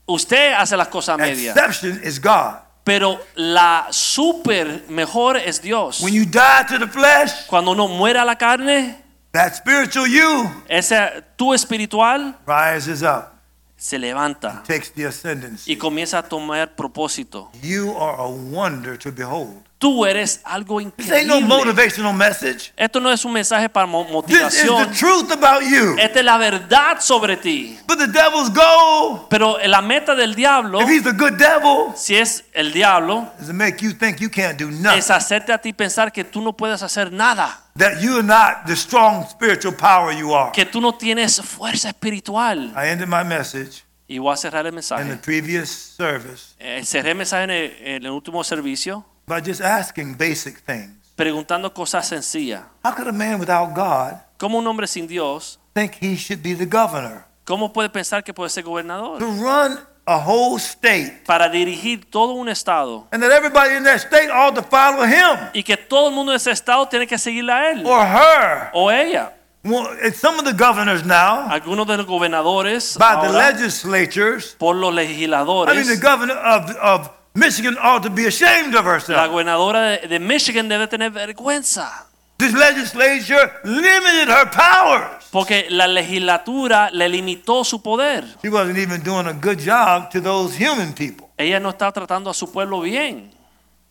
Speaker 2: Usted hace las cosas a media.
Speaker 3: Exception is God.
Speaker 2: Pero la super mejor es Dios.
Speaker 3: When you die to the flesh,
Speaker 2: Cuando uno muere a la carne,
Speaker 3: that spiritual you
Speaker 2: ese tú espiritual
Speaker 3: rises up,
Speaker 2: se levanta
Speaker 3: takes the ascendance.
Speaker 2: y comienza a tomar propósito.
Speaker 3: You are a wonder to behold.
Speaker 2: Tú eres algo
Speaker 3: This ain't no
Speaker 2: increíble.
Speaker 3: motivational message.
Speaker 2: Esto no es un mensaje para mo-
Speaker 3: This is the
Speaker 2: motivación.
Speaker 3: truth about you.
Speaker 2: Esta es la verdad sobre ti.
Speaker 3: But the devil's goal,
Speaker 2: Pero la meta del diablo,
Speaker 3: if he's a good devil,
Speaker 2: si es el diablo,
Speaker 3: is to make you think you can't do
Speaker 2: es
Speaker 3: nothing.
Speaker 2: hacerte a ti pensar que tú no puedes hacer nada.
Speaker 3: That you're not the strong spiritual power you are.
Speaker 2: que tú no tienes fuerza espiritual.
Speaker 3: I ended my message
Speaker 2: Y voy a cerrar el
Speaker 3: in the
Speaker 2: mensaje.
Speaker 3: previous service
Speaker 2: Eh, cerré el mensaje en el, en el último servicio
Speaker 3: by just asking basic things.
Speaker 2: preguntando cosas sencillas.
Speaker 3: How could a man without God
Speaker 2: ¿Cómo un hombre sin Dios,
Speaker 3: think he should be the governor?
Speaker 2: cómo puede pensar que puede ser
Speaker 3: To
Speaker 2: gobernador?
Speaker 3: run a whole state
Speaker 2: Para dirigir todo un estado.
Speaker 3: and that everybody in that state ought to follow him
Speaker 2: Y que todo el mundo de ese estado tiene que seguirle a él
Speaker 3: or her.
Speaker 2: o ella.
Speaker 3: Well, it's some of the governors now,
Speaker 2: Algunos de los gobernadores
Speaker 3: by the
Speaker 2: ahora,
Speaker 3: legislatures,
Speaker 2: por los
Speaker 3: I mean,
Speaker 2: legisladores.
Speaker 3: the governor of, of Michigan ought to be ashamed of
Speaker 2: La
Speaker 3: herself.
Speaker 2: gobernadora de, de Michigan debe tener vergüenza.
Speaker 3: This legislature limited her powers.
Speaker 2: Porque la legislatura le limitó su poder.
Speaker 3: She wasn't even doing a good job to those human people.
Speaker 2: Ella no está tratando a su pueblo bien.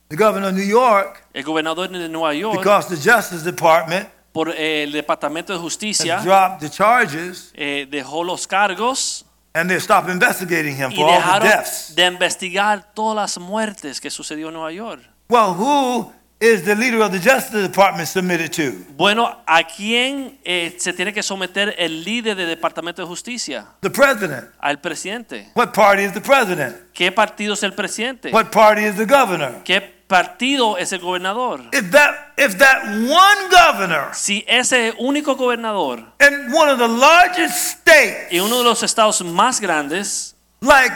Speaker 3: The governor of New York,
Speaker 2: El gobernador de Nueva York,
Speaker 3: because the Justice Department
Speaker 2: por eh, el Departamento de Justicia,
Speaker 3: has dropped the charges
Speaker 2: eh, dejó los cargos
Speaker 3: and they stopped investigating him
Speaker 2: y
Speaker 3: for all the
Speaker 2: dejaron
Speaker 3: deaths.
Speaker 2: de investigar todas las muertes que sucedió en Nueva York.
Speaker 3: Well, who is the leader of the Justice Department submitted to?
Speaker 2: Bueno, ¿a quién eh, se tiene que someter el líder del Departamento de Justicia?
Speaker 3: The president.
Speaker 2: Al presidente.
Speaker 3: What party is the president?
Speaker 2: ¿Qué partido es el presidente?
Speaker 3: What party is the governor?
Speaker 2: ¿Qué partido es el gobernador?
Speaker 3: If that if that one governor
Speaker 2: Si ese único gobernador
Speaker 3: in one of the largest states
Speaker 2: y uno de los estados más grandes,
Speaker 3: like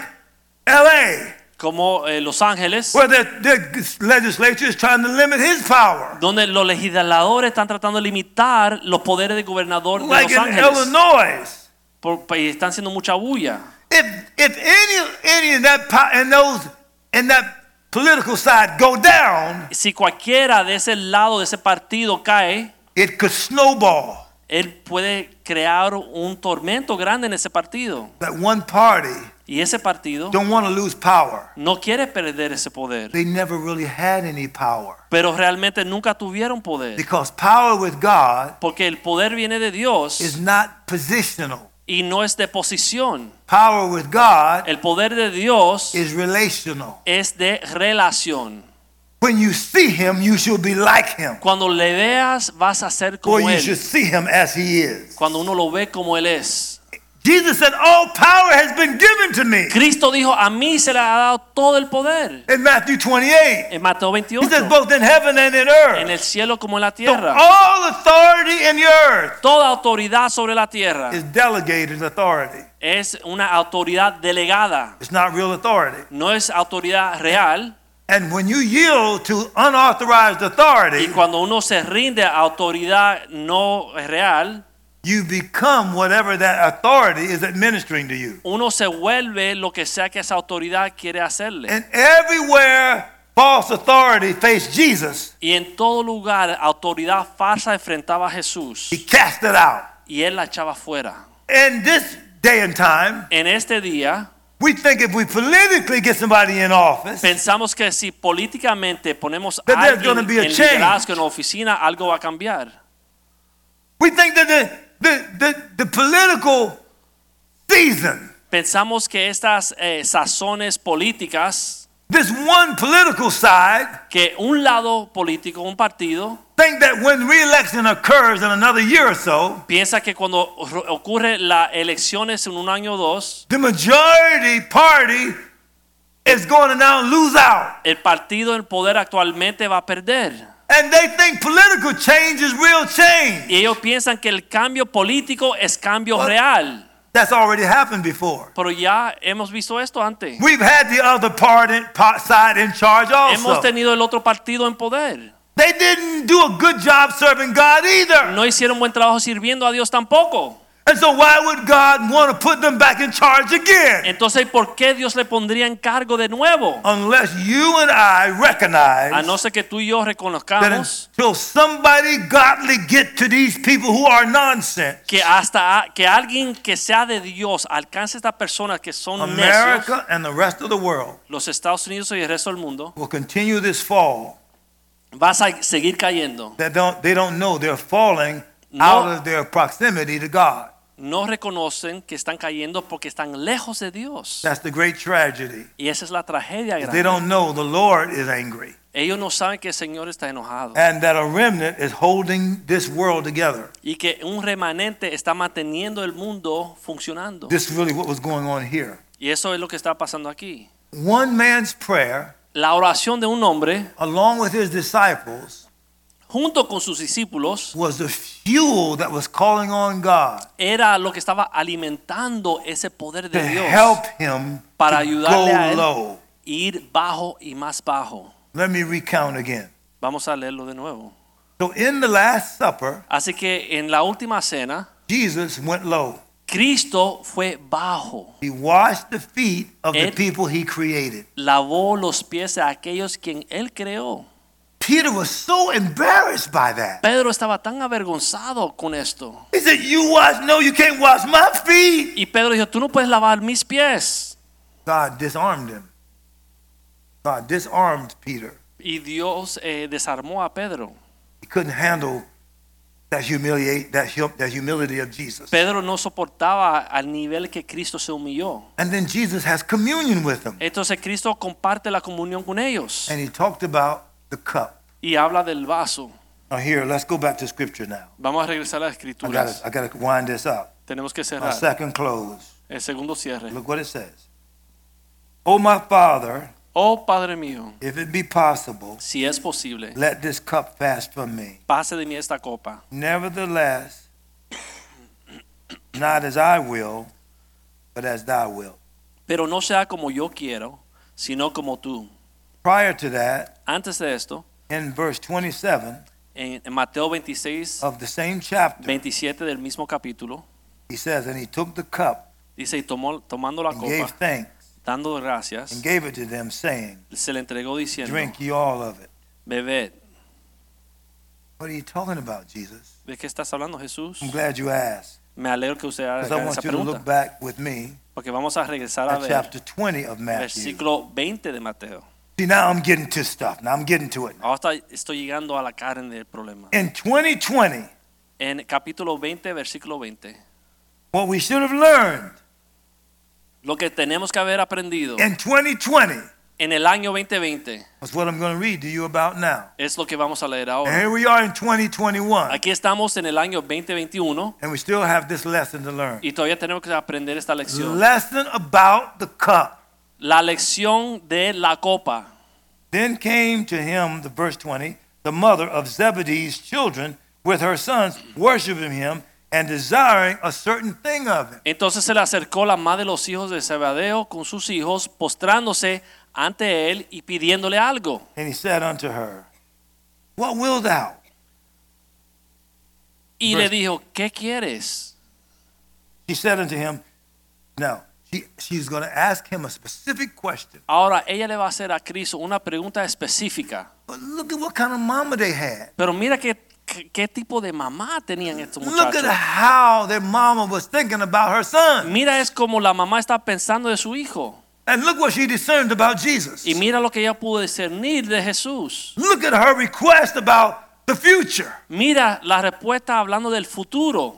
Speaker 3: LA,
Speaker 2: como eh, Los Ángeles,
Speaker 3: where the, the legislature is trying to limit his power,
Speaker 2: donde los legisladores están tratando de limitar los poderes del gobernador de
Speaker 3: like
Speaker 2: Los
Speaker 3: in
Speaker 2: Ángeles,
Speaker 3: Illinois,
Speaker 2: por- pues, y están haciendo mucha bulla.
Speaker 3: if if any any in that po- in those in that political side go down,
Speaker 2: Si cualquiera de ese lado, de ese partido cae,
Speaker 3: it could snowball.
Speaker 2: él puede crear un tormento grande en ese partido.
Speaker 3: That one party
Speaker 2: Y ese partido
Speaker 3: don't want to lose power.
Speaker 2: no quiere perder ese poder.
Speaker 3: They never really had any power
Speaker 2: Pero realmente nunca tuvieron poder.
Speaker 3: because power with God
Speaker 2: Porque el poder viene de
Speaker 3: is
Speaker 2: Dios
Speaker 3: not positional.
Speaker 2: y no es de posición.
Speaker 3: Power with God
Speaker 2: El poder de Dios
Speaker 3: is relational.
Speaker 2: es de relación.
Speaker 3: When you see him, you shall be like him,
Speaker 2: Cuando le veas vas a ser
Speaker 3: or
Speaker 2: como
Speaker 3: you should
Speaker 2: Él.
Speaker 3: see him as he is.
Speaker 2: Cuando uno lo ve como Él es.
Speaker 3: Jesus said, All power has been given to me
Speaker 2: Cristo dijo, a mí se le ha dado todo el poder.
Speaker 3: in Matthew 28.
Speaker 2: En Mateo
Speaker 3: He
Speaker 2: 28.
Speaker 3: says, Both in heaven and in
Speaker 2: En el
Speaker 3: earth.
Speaker 2: cielo como en la
Speaker 3: So
Speaker 2: tierra.
Speaker 3: all authority in the earth
Speaker 2: Toda autoridad sobre la tierra
Speaker 3: is delegated authority,
Speaker 2: es una autoridad delegada.
Speaker 3: it's not real authority.
Speaker 2: No es autoridad real.
Speaker 3: And when you yield to unauthorized
Speaker 2: Y
Speaker 3: authority,
Speaker 2: cuando uno se rinde a autoridad no real,
Speaker 3: you become whatever that authority is administering to you.
Speaker 2: uno se vuelve lo que sea que esa autoridad quiere hacerle.
Speaker 3: And everywhere false authority faced Jesus,
Speaker 2: Y en todo lugar, autoridad falsa enfrentaba a Jesús
Speaker 3: he cast it out.
Speaker 2: y él la echaba fuera.
Speaker 3: In this day and time,
Speaker 2: En este día,
Speaker 3: we think if we politically get somebody in office,
Speaker 2: pensamos que si políticamente ponemos a
Speaker 3: That there's
Speaker 2: alguien
Speaker 3: gonna be a
Speaker 2: en
Speaker 3: change.
Speaker 2: liderazgo en la oficina, algo va a cambiar.
Speaker 3: we think that the, the, the, the political season,
Speaker 2: Pensamos que estas eh, sazones políticas,
Speaker 3: this one political side,
Speaker 2: que un lado político, un partido,
Speaker 3: think that when re-election occurs in another year or so,
Speaker 2: piensa que cuando ro- ocurre las elecciones en un año o dos,
Speaker 3: the majority party is going to now lose out.
Speaker 2: el partido en poder actualmente va a perder.
Speaker 3: And they think political change is real change.
Speaker 2: Y ellos piensan que el cambio político es cambio real.
Speaker 3: That's already happened before.
Speaker 2: Pero ya hemos visto esto antes.
Speaker 3: We've had the other party, part, side in charge
Speaker 2: Hemos
Speaker 3: also.
Speaker 2: tenido el otro partido en poder.
Speaker 3: They didn't do a good job serving God either.
Speaker 2: No hicieron buen trabajo sirviendo a Dios tampoco.
Speaker 3: And so why would God want to put them back in charge again?
Speaker 2: Entonces, ¿por qué Dios le pondría en cargo de nuevo?
Speaker 3: Unless you and I
Speaker 2: A no
Speaker 3: recognize
Speaker 2: ser que tú y yo
Speaker 3: that
Speaker 2: reconozcamos
Speaker 3: until somebody godly get to these people who are nonsense,
Speaker 2: que hasta a- que alguien que sea de Dios alcance a estas personas que son necios,
Speaker 3: America and the rest of the world
Speaker 2: los Estados Unidos y el resto del mundo,
Speaker 3: will continue this fall
Speaker 2: vas a seguir cayendo.
Speaker 3: that don't they don't know they're falling
Speaker 2: No.
Speaker 3: out of their proximity to God.
Speaker 2: No reconocen que están cayendo porque están lejos de Dios.
Speaker 3: That's the great tragedy.
Speaker 2: Y esa es la tragedia
Speaker 3: is They
Speaker 2: grande.
Speaker 3: don't know the Lord is angry
Speaker 2: Ellos no saben que el Señor está enojado
Speaker 3: and that a remnant is holding this world together.
Speaker 2: y que un remanente está manteniendo el mundo funcionando.
Speaker 3: This is really what was going on here.
Speaker 2: Y eso es lo que está pasando aquí.
Speaker 3: One man's prayer,
Speaker 2: La oración de un hombre
Speaker 3: along with his disciples,
Speaker 2: junto con sus discípulos
Speaker 3: was the fuel that was calling on God
Speaker 2: era lo que estaba alimentando ese poder
Speaker 3: to
Speaker 2: de Dios
Speaker 3: help him
Speaker 2: para
Speaker 3: to
Speaker 2: ayudarle a
Speaker 3: go
Speaker 2: él.
Speaker 3: low.
Speaker 2: ir bajo y más bajo.
Speaker 3: Let me recount again.
Speaker 2: Vamos a leerlo de nuevo.
Speaker 3: So in the Last Supper,
Speaker 2: Así que en la última cena
Speaker 3: Jesus went low.
Speaker 2: Cristo fue bajo,
Speaker 3: He washed the feet of the
Speaker 2: Él-
Speaker 3: people he created.
Speaker 2: lavó los pies a aquellos quien él creó.
Speaker 3: Peter was so embarrassed by that.
Speaker 2: Pedro estaba tan avergonzado con esto.
Speaker 3: He said, You wash? No, you can't wash my feet.
Speaker 2: Y Pedro dijo, tú no puedes lavar mis pies.
Speaker 3: God disarmed him. God disarmed Peter.
Speaker 2: Y Dios eh, desarmó a Pedro.
Speaker 3: He couldn't handle that humiliate that, hum- that humility of Jesus.
Speaker 2: Pedro no soportaba al nivel que Cristo se humilló.
Speaker 3: And then Jesus has communion with him.
Speaker 2: Entonces Cristo comparte la comunión con ellos
Speaker 3: And he talked about the cup.
Speaker 2: y habla del vaso.
Speaker 3: Now here, let's go back to scripture now.
Speaker 2: Vamos a regresar a las
Speaker 3: I gotta,
Speaker 2: escrituras.
Speaker 3: I gotta wind this up.
Speaker 2: Tenemos que
Speaker 3: My
Speaker 2: cerrar
Speaker 3: second close.
Speaker 2: el segundo cierre.
Speaker 3: Look what it says. Oh my Father,
Speaker 2: Oh Padre mío,
Speaker 3: if it be possible,
Speaker 2: si es posible,
Speaker 3: let this cup pass from me.
Speaker 2: pase de mí esta copa.
Speaker 3: Nevertheless, not as I will, but as thy will.
Speaker 2: Pero no sea como yo quiero, sino como tú.
Speaker 3: Prior to that,
Speaker 2: Antes de esto,
Speaker 3: in verse 27
Speaker 2: en en Mateo 26,
Speaker 3: of the same chapter,
Speaker 2: 27 del mismo capítulo,
Speaker 3: he says, And he took the cup
Speaker 2: dice, y tomó, tomando la
Speaker 3: and gave
Speaker 2: copa,
Speaker 3: thanks
Speaker 2: dando gracias,
Speaker 3: and gave it to them, saying,
Speaker 2: se le entregó diciendo,
Speaker 3: Drink ye all of it.
Speaker 2: bebed.
Speaker 3: What are you talking about, Jesus?
Speaker 2: ¿De qué estás hablando, Jesús?
Speaker 3: I'm glad you asked.
Speaker 2: Me alegro que usted
Speaker 3: Because I
Speaker 2: haga esa
Speaker 3: want you to look
Speaker 2: pregunta,
Speaker 3: back with me
Speaker 2: porque vamos a regresar a
Speaker 3: at
Speaker 2: ver
Speaker 3: chapter 20 of Matthew.
Speaker 2: versículo 20 de Mateo.
Speaker 3: See, now I'm getting to stuff. Now I'm getting to it.
Speaker 2: Ahora está- estoy llegando a la carne del problema.
Speaker 3: In 2020,
Speaker 2: En capítulo 20, versículo 20.
Speaker 3: what we should have learned
Speaker 2: Lo que tenemos que haber aprendido
Speaker 3: in 2020
Speaker 2: en el año 2020
Speaker 3: was what I'm going to read to you about now.
Speaker 2: es lo que vamos a leer
Speaker 3: And
Speaker 2: ahora.
Speaker 3: here we are in 2021,
Speaker 2: Aquí estamos en el año 2021
Speaker 3: and we still have this lesson to learn.
Speaker 2: y todavía tenemos que aprender esta lección.
Speaker 3: Lesson about the cup.
Speaker 2: La lección de la copa.
Speaker 3: Then came to him, the verse 20, the mother of Zebedee's children with her sons, worshiping him and desiring a certain thing of him.
Speaker 2: Entonces se le acercó la madre de los hijos de Zebedeo con sus hijos, postrándose ante él y pidiéndole algo.
Speaker 3: And he said unto her, What wilt thou?
Speaker 2: Y
Speaker 3: Verse-
Speaker 2: le dijo, ¿qué quieres?
Speaker 3: She said unto him, No. She, she's going to ask him a specific question.
Speaker 2: Ahora ella le va a hacer a Cristo una pregunta específica.
Speaker 3: But look at what kind of mama they had.
Speaker 2: Pero mira qué, qué- qué tipo de mamá tenían estos
Speaker 3: Look at
Speaker 2: muchachos.
Speaker 3: how their mama was thinking about her son.
Speaker 2: Mira es como la mamá está pensando de su hijo.
Speaker 3: And look what she discerned about Jesus.
Speaker 2: Y mira lo que ella pudo discernir de Jesús.
Speaker 3: Look at her request about the future.
Speaker 2: Mira la respuesta hablando del futuro.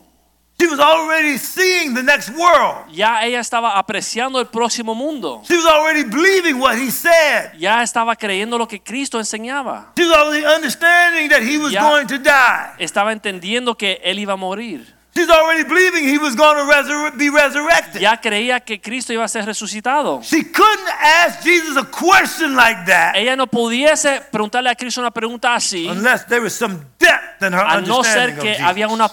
Speaker 3: She was already seeing the next world.
Speaker 2: Ya ella estaba apreciando el próximo mundo.
Speaker 3: She was already believing what he said.
Speaker 2: Ya estaba creyendo lo que Cristo enseñaba.
Speaker 3: She was already understanding that he was
Speaker 2: Ya.
Speaker 3: going to die.
Speaker 2: Estaba entendiendo que él iba a morir.
Speaker 3: She's already believing he was going to resur- be resurrected.
Speaker 2: Ya creía que Cristo iba a ser resucitado.
Speaker 3: She couldn't ask Jesus a question like that
Speaker 2: Ella no pudiese preguntarle a Cristo una pregunta así.
Speaker 3: unless there was some depth in her
Speaker 2: A no ser
Speaker 3: understanding of
Speaker 2: que
Speaker 3: Jesus.
Speaker 2: había una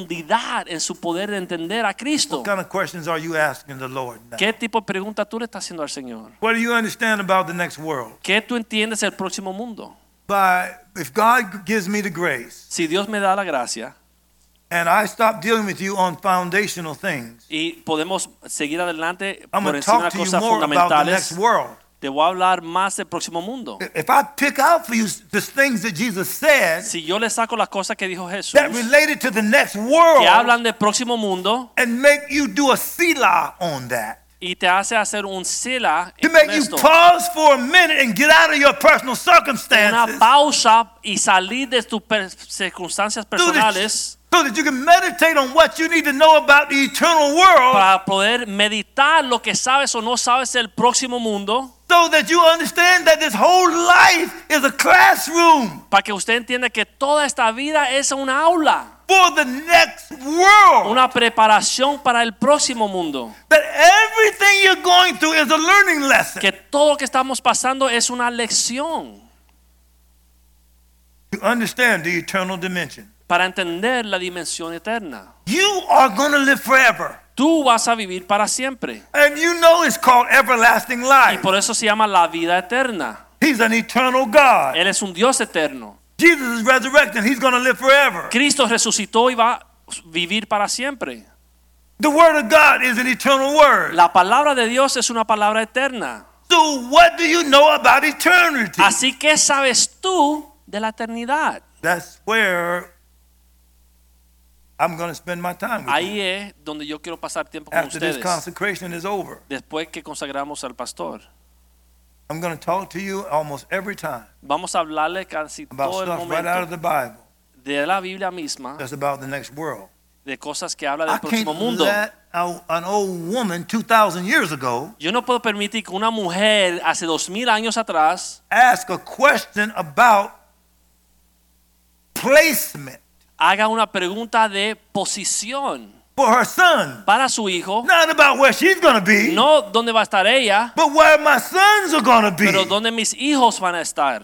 Speaker 2: profundidad en su poder de entender a Cristo.
Speaker 3: What kind of questions are you asking the Lord now?
Speaker 2: ¿Qué tipo de pregunta tú le estás haciendo al Señor?
Speaker 3: What do you understand about the next world?
Speaker 2: ¿Qué tú entiendes el próximo mundo?
Speaker 3: By if God gives me the grace
Speaker 2: Si Dios me da la gracia
Speaker 3: And I stop dealing with you on foundational things.
Speaker 2: y podemos seguir adelante
Speaker 3: I'm going
Speaker 2: por
Speaker 3: to
Speaker 2: encima
Speaker 3: talk
Speaker 2: de
Speaker 3: to you
Speaker 2: cosas
Speaker 3: more about the next
Speaker 2: fundamentales,
Speaker 3: world.
Speaker 2: te voy a hablar más del próximo mundo.
Speaker 3: If I pick out for you the things that Jesus said
Speaker 2: Si yo le saco las cosas que dijo Jesús,
Speaker 3: that related to the next
Speaker 2: que
Speaker 3: world
Speaker 2: hablan del próximo mundo
Speaker 3: and make you do a sila on that,
Speaker 2: y te hace hacer un sila
Speaker 3: to
Speaker 2: en
Speaker 3: make you
Speaker 2: esto,
Speaker 3: pause for a minute and get out of your personal
Speaker 2: una
Speaker 3: circumstances
Speaker 2: pausa y salir de tus per- circunstancias
Speaker 3: so that,
Speaker 2: personales.
Speaker 3: so that you can meditate on what you need to know about the eternal world
Speaker 2: para poder meditar lo que sabes o no sabes del próximo mundo,
Speaker 3: so that you understand that this whole life is a classroom
Speaker 2: para que usted entienda que toda esta vida es una aula,
Speaker 3: for the next world.
Speaker 2: una preparación para el próximo mundo,
Speaker 3: That everything you're going through is a learning lesson.
Speaker 2: que todo lo que estamos pasando es una lección
Speaker 3: to understand the eternal dimension.
Speaker 2: para entender la dimensión eterna.
Speaker 3: You are going to live forever.
Speaker 2: Tú vas a vivir para siempre
Speaker 3: And you know it's called everlasting
Speaker 2: y
Speaker 3: life.
Speaker 2: por eso se llama la vida eterna.
Speaker 3: He's an eternal God.
Speaker 2: Él es un Dios eterno.
Speaker 3: Jesus is resurrected. He's going to live forever.
Speaker 2: Cristo resucitó y va a vivir para siempre.
Speaker 3: The Word of God is an eternal Word.
Speaker 2: La palabra de Dios es una palabra eterna.
Speaker 3: So, what do you know about eternity?
Speaker 2: Así que sabes tú de la eternidad.
Speaker 3: That's where I'm going to spend my time with you
Speaker 2: Ahí es donde yo quiero pasar tiempo con
Speaker 3: after this
Speaker 2: ustedes.
Speaker 3: consecration is over.
Speaker 2: Después que consagramos al pastor,
Speaker 3: I'm going to talk to you almost every time
Speaker 2: vamos a hablarle casi
Speaker 3: about
Speaker 2: todo el
Speaker 3: stuff right out of
Speaker 2: momento
Speaker 3: the Bible
Speaker 2: de la Biblia misma,
Speaker 3: that's about the next world.
Speaker 2: de cosas que habla
Speaker 3: I
Speaker 2: del
Speaker 3: can't
Speaker 2: próximo mundo.
Speaker 3: let a- an old woman 2,000 years ago
Speaker 2: Yo no puedo permitir que una mujer hace dos mil años atrás
Speaker 3: ask a question about placement
Speaker 2: haga una pregunta de posición
Speaker 3: for her son.
Speaker 2: para su hijo,
Speaker 3: Not about where she's going to be,
Speaker 2: no dónde va a estar ella,
Speaker 3: but where my sons are going to be.
Speaker 2: pero dónde mis hijos van a estar.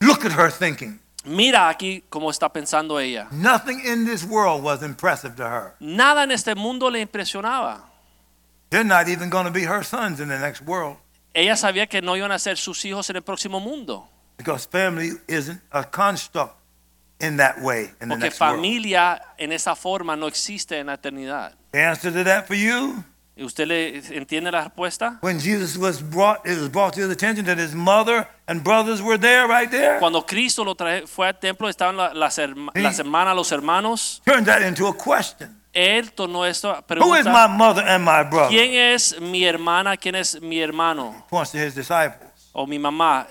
Speaker 3: Look at her thinking.
Speaker 2: Mira aquí cómo está pensando ella.
Speaker 3: Nothing in this world was impressive to her.
Speaker 2: Nada en este mundo le impresionaba.
Speaker 3: They're not even going to be her sons in the next world
Speaker 2: Ella sabía que no iban a ser sus hijos en el próximo mundo,
Speaker 3: because family isn't a construct in that way in the
Speaker 2: porque
Speaker 3: next world.
Speaker 2: familia en esa forma no existe en la eternidad.
Speaker 3: The answer to that for you,
Speaker 2: ¿Y usted le entiende la respuesta?
Speaker 3: when Jesus was brought, it was brought to his attention that his mother and brothers were there, right there.
Speaker 2: Cuando Cristo lo trae, fue al templo, estaban la- las, herma-
Speaker 3: Sí.
Speaker 2: las hermanas, los hermanos.
Speaker 3: Turned that into a question.
Speaker 2: Él tornó esto a
Speaker 3: Who is my
Speaker 2: pregunta.
Speaker 3: mother and my brother?
Speaker 2: ¿Quién es mi hermana? ¿Quién es mi hermano?
Speaker 3: Points to his disciples.
Speaker 2: O mi mamá.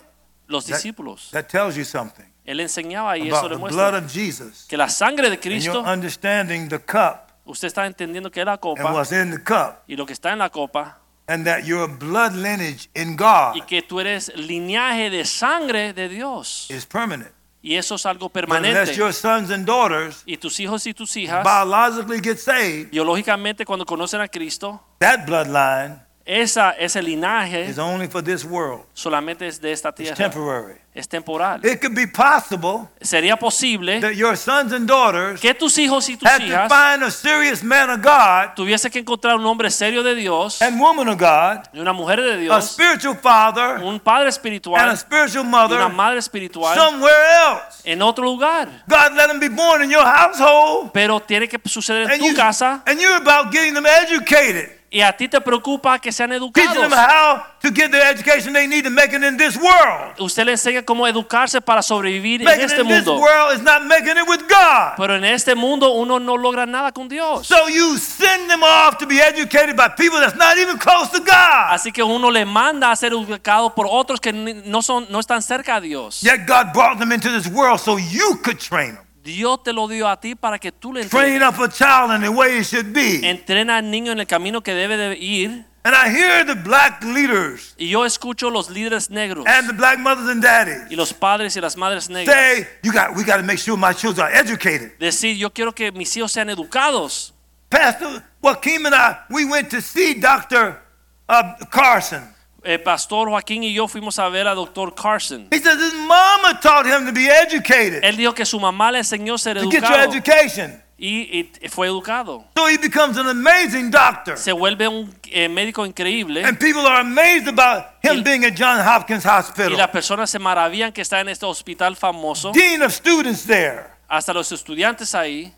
Speaker 2: Los discípulos.
Speaker 3: That tells you something
Speaker 2: Él enseñaba y eso
Speaker 3: about
Speaker 2: le
Speaker 3: the blood
Speaker 2: muestra
Speaker 3: of Jesus.
Speaker 2: que la sangre de
Speaker 3: And you're
Speaker 2: Cristo,
Speaker 3: understanding the cup
Speaker 2: usted está entendiendo que es la
Speaker 3: and
Speaker 2: copa
Speaker 3: what's in the cup,
Speaker 2: y lo que está en la copa
Speaker 3: and that your blood lineage in God
Speaker 2: y que tú eres linaje de sangre de Dios.
Speaker 3: is permanent.
Speaker 2: Y eso es algo
Speaker 3: But unless
Speaker 2: permanente.
Speaker 3: your sons and daughters
Speaker 2: Y tus hijos y tus hijas,
Speaker 3: biologically get saved,
Speaker 2: biológicamente, cuando conocen a Cristo,
Speaker 3: that bloodline
Speaker 2: esa, ese linaje
Speaker 3: is only for this world.
Speaker 2: solamente es de esta
Speaker 3: It's
Speaker 2: tierra.
Speaker 3: temporary.
Speaker 2: Es temporal.
Speaker 3: It could be possible
Speaker 2: Sería posible
Speaker 3: that your sons and daughters
Speaker 2: que tus hijos y tus
Speaker 3: had to
Speaker 2: hijas
Speaker 3: find a serious man of God
Speaker 2: tuviesen que encontrar un hombre serio de Dios
Speaker 3: and woman of God,
Speaker 2: y una mujer de
Speaker 3: a
Speaker 2: Dios,
Speaker 3: spiritual father,
Speaker 2: un padre
Speaker 3: and a
Speaker 2: espiritual
Speaker 3: spiritual
Speaker 2: y una
Speaker 3: mother
Speaker 2: madre espiritual
Speaker 3: somewhere else.
Speaker 2: en otro lugar.
Speaker 3: God let them be born in your household.
Speaker 2: Pero tiene que suceder en
Speaker 3: And,
Speaker 2: tu
Speaker 3: you,
Speaker 2: casa
Speaker 3: and you're about getting them educated,
Speaker 2: y a ti te preocupa que sean
Speaker 3: teaching them
Speaker 2: educados.
Speaker 3: how to get the education they need to make it in this world.
Speaker 2: Usted le enseña cómo educarse para sobrevivir en
Speaker 3: Making it
Speaker 2: este
Speaker 3: in this
Speaker 2: mundo.
Speaker 3: world is not making it with God.
Speaker 2: Pero en este mundo uno no logra nada con Dios.
Speaker 3: So you send them off to be educated by people that's not even close to God.
Speaker 2: Así que uno le manda a ser educado por otros que ni- no, son, no están cerca a Dios.
Speaker 3: Yet God brought them into this world so you could train them.
Speaker 2: Dios te lo dio a ti para que tú le entrenes.
Speaker 3: Train up a child in the way he should be.
Speaker 2: Entrena al niño en el camino que debe de ir.
Speaker 3: And I hear the black leaders
Speaker 2: Y yo escucho los líderes negros
Speaker 3: and the black mothers and
Speaker 2: y
Speaker 3: daddies
Speaker 2: los padres y las madres negras
Speaker 3: say, "You got, we got to make sure my children are educated."
Speaker 2: decir, yo quiero que mis hijos sean educados.
Speaker 3: Pastor Joaquim and I, we went to see Doctor uh, Carson.
Speaker 2: El Eh, pastor Joaquín y yo fuimos a ver a doctor Carson.
Speaker 3: He says his mama taught him to be educated,
Speaker 2: Él dijo que su mamá le enseñó a ser
Speaker 3: to get your
Speaker 2: educado.
Speaker 3: education.
Speaker 2: y, y fue educado.
Speaker 3: So he becomes an amazing doctor.
Speaker 2: Se vuelve un eh, médico increíble
Speaker 3: And people are amazed about him
Speaker 2: Y-
Speaker 3: being at Johns Hopkins
Speaker 2: y
Speaker 3: Hospital.
Speaker 2: las personas se maravillan que está en este hospital famoso,
Speaker 3: Dean of students there,
Speaker 2: hasta los estudiantes ahí,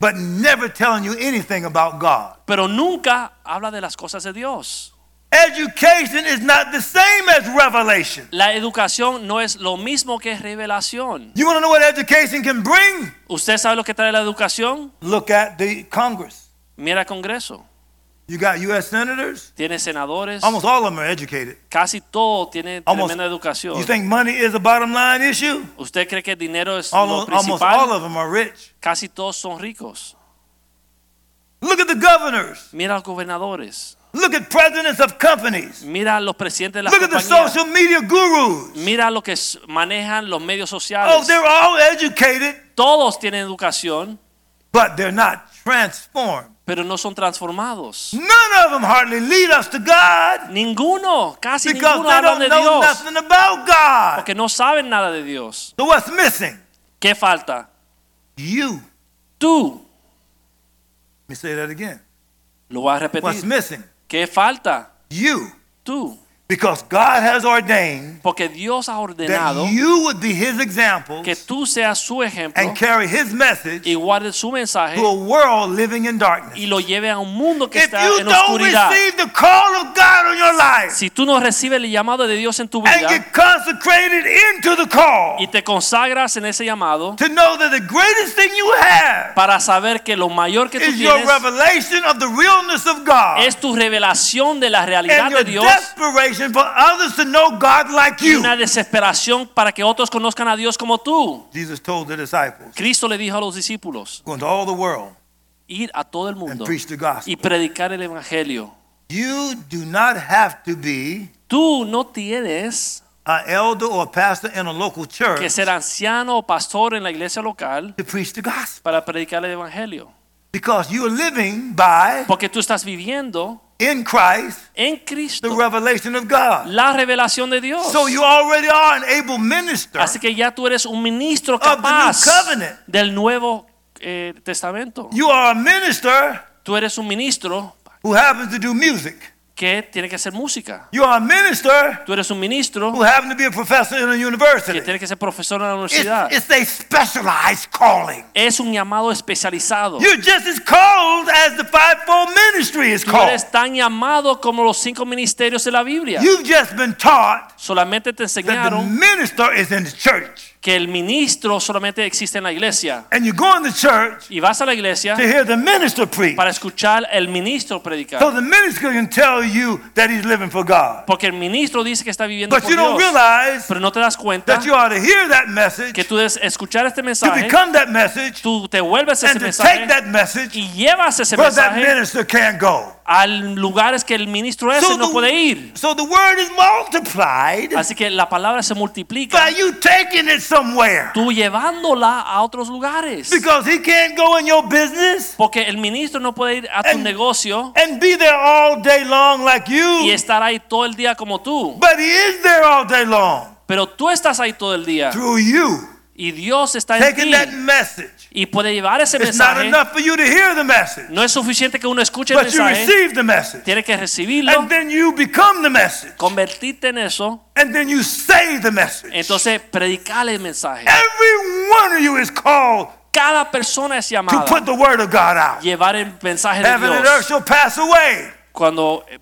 Speaker 3: but never telling you anything about God.
Speaker 2: pero nunca habla de las cosas de Dios.
Speaker 3: Education is not the same as revelation.
Speaker 2: La educación no es lo mismo que revelación.
Speaker 3: You want to know what education can bring?
Speaker 2: ¿Usted sabe lo que trae la educación?
Speaker 3: Look at the Congress.
Speaker 2: Mira el Congreso.
Speaker 3: You got U.S. senators.
Speaker 2: Tiene senadores,
Speaker 3: Almost all of them are educated.
Speaker 2: casi todo tiene
Speaker 3: Almost-
Speaker 2: tremenda educación.
Speaker 3: You think money is a bottom line issue?
Speaker 2: ¿Usted cree que el dinero es lo
Speaker 3: Almost, almost
Speaker 2: principal?
Speaker 3: all of them are rich.
Speaker 2: Casi todos son ricos.
Speaker 3: Look at the governors.
Speaker 2: Mira a los gobernadores,
Speaker 3: Look at presidents of companies.
Speaker 2: mira a los presidentes de las
Speaker 3: Look at the
Speaker 2: compañías.
Speaker 3: social media gurus.
Speaker 2: Mira lo que s- manejan los medios
Speaker 3: Oh,
Speaker 2: sociales.
Speaker 3: they're all educated,
Speaker 2: Todos tienen educación,
Speaker 3: but they're not transformed.
Speaker 2: pero no son transformados.
Speaker 3: None of them hardly lead us to God
Speaker 2: Ninguno, casi
Speaker 3: Mm. because
Speaker 2: ninguno
Speaker 3: they
Speaker 2: habla
Speaker 3: don't
Speaker 2: de
Speaker 3: know
Speaker 2: Dios,
Speaker 3: nothing about God.
Speaker 2: porque no saben nada de Dios.
Speaker 3: So what's missing?
Speaker 2: ¿Qué falta?
Speaker 3: You. Let
Speaker 2: Tú,
Speaker 3: me say that again.
Speaker 2: lo vas a
Speaker 3: What's
Speaker 2: repetir.
Speaker 3: missing?
Speaker 2: ¿Qué falta?
Speaker 3: You.
Speaker 2: Tú.
Speaker 3: Because God has ordained
Speaker 2: Porque Dios ha ordenado
Speaker 3: that you would be his example
Speaker 2: que tú seas su ejemplo
Speaker 3: and carry his message
Speaker 2: y guardes su mensaje
Speaker 3: to a world living in darkness.
Speaker 2: y lo lleve a un mundo que
Speaker 3: If
Speaker 2: está
Speaker 3: you
Speaker 2: en
Speaker 3: don't
Speaker 2: oscuridad.
Speaker 3: receive the call of God on your life
Speaker 2: Si tú no recibes el llamado de Dios en tu
Speaker 3: and
Speaker 2: vida
Speaker 3: get consecrated into the call,
Speaker 2: y te consagras en ese llamado
Speaker 3: to know that the greatest thing you have
Speaker 2: para saber que lo mayor que tú
Speaker 3: is your
Speaker 2: tienes
Speaker 3: revelation of the realness of God
Speaker 2: es tu revelación de la realidad
Speaker 3: and your
Speaker 2: de Dios
Speaker 3: desperation for others to know God like
Speaker 2: y
Speaker 3: you.
Speaker 2: una desesperación para que otros conozcan a Dios como tú.
Speaker 3: Jesus told the disciples,
Speaker 2: Cristo le dijo a los discípulos,
Speaker 3: go into all the world
Speaker 2: ir a todo el
Speaker 3: and
Speaker 2: mundo
Speaker 3: preach the
Speaker 2: y
Speaker 3: gospel.
Speaker 2: predicar el Evangelio.
Speaker 3: You do not have to be
Speaker 2: Tú no tienes
Speaker 3: an elder or a pastor in a local
Speaker 2: que
Speaker 3: church
Speaker 2: ser anciano o pastor en la iglesia local
Speaker 3: to preach the gospel
Speaker 2: para predicar el Evangelio.
Speaker 3: because you are living by,
Speaker 2: Porque tú estás viviendo
Speaker 3: in Christ,
Speaker 2: en
Speaker 3: the
Speaker 2: Cristo
Speaker 3: revelation of God.
Speaker 2: la revelación de Dios.
Speaker 3: So you already are an able minister
Speaker 2: Así que ya tú eres un ministro
Speaker 3: the new
Speaker 2: capaz
Speaker 3: covenant.
Speaker 2: del Nuevo eh, Testamento.
Speaker 3: You are a minister
Speaker 2: Tú eres un ministro
Speaker 3: who happens to do music.
Speaker 2: que tiene que hacer música.
Speaker 3: You are a minister
Speaker 2: Tú eres un ministro
Speaker 3: who happens to be a professor in a
Speaker 2: que
Speaker 3: university.
Speaker 2: tiene que ser profesor en la universidad.
Speaker 3: It's, it's a specialized calling.
Speaker 2: Es un llamado especializado.
Speaker 3: You're just as called as the fivefold ministry is
Speaker 2: Tú
Speaker 3: called.
Speaker 2: eres tan llamado como los cinco ministerios de la Biblia.
Speaker 3: You've just been taught
Speaker 2: Solamente te
Speaker 3: that the
Speaker 2: enseñaron
Speaker 3: minister is in the church.
Speaker 2: que el ministro solamente existe en la iglesia.
Speaker 3: And you go in the church
Speaker 2: Y vas a la iglesia
Speaker 3: to hear the minister preach.
Speaker 2: para escuchar el ministro
Speaker 3: So
Speaker 2: predicar.
Speaker 3: the minister can tell you that he's living for God.
Speaker 2: Porque el ministro dice que está viviendo
Speaker 3: But
Speaker 2: por
Speaker 3: you don't
Speaker 2: Dios.
Speaker 3: realize
Speaker 2: Pero no te das cuenta
Speaker 3: that you ought to hear that message,
Speaker 2: que tú debes escuchar este
Speaker 3: to
Speaker 2: mensaje,
Speaker 3: become that message,
Speaker 2: tú te vuelves ese
Speaker 3: and to take
Speaker 2: mensaje
Speaker 3: that message
Speaker 2: y llevas ese
Speaker 3: where that
Speaker 2: mensaje
Speaker 3: minister can't go.
Speaker 2: a lugares que el ministro ese no puede ir.
Speaker 3: so the word is multiplied
Speaker 2: Así que la palabra se multiplica
Speaker 3: by you taking it somewhere.
Speaker 2: tú llevándola a otros lugares.
Speaker 3: Because he can't go in your business
Speaker 2: Porque el ministro no puede ir a tu
Speaker 3: And-
Speaker 2: negocio
Speaker 3: and be there all day long like
Speaker 2: y
Speaker 3: you.
Speaker 2: estar ahí todo el día como tú.
Speaker 3: But he is there all day long
Speaker 2: Pero tú estás ahí todo el día
Speaker 3: through you
Speaker 2: y Dios está en
Speaker 3: taking
Speaker 2: ti
Speaker 3: that message.
Speaker 2: y puede llevar ese
Speaker 3: It's not
Speaker 2: mensaje.
Speaker 3: enough for you to hear the message,
Speaker 2: No es suficiente que uno escuche el
Speaker 3: but you
Speaker 2: mensaje,
Speaker 3: receive the message.
Speaker 2: tiene que recibirlo,
Speaker 3: And then you become the message.
Speaker 2: convertirte en eso,
Speaker 3: And then you say the message.
Speaker 2: entonces predicar el mensaje.
Speaker 3: Every one of you is called
Speaker 2: Cada persona es
Speaker 3: to
Speaker 2: llamada
Speaker 3: put the word of God out.
Speaker 2: llevar el mensaje de
Speaker 3: Heaven and earth
Speaker 2: Dios.
Speaker 3: shall pass away.
Speaker 2: Cuando eh,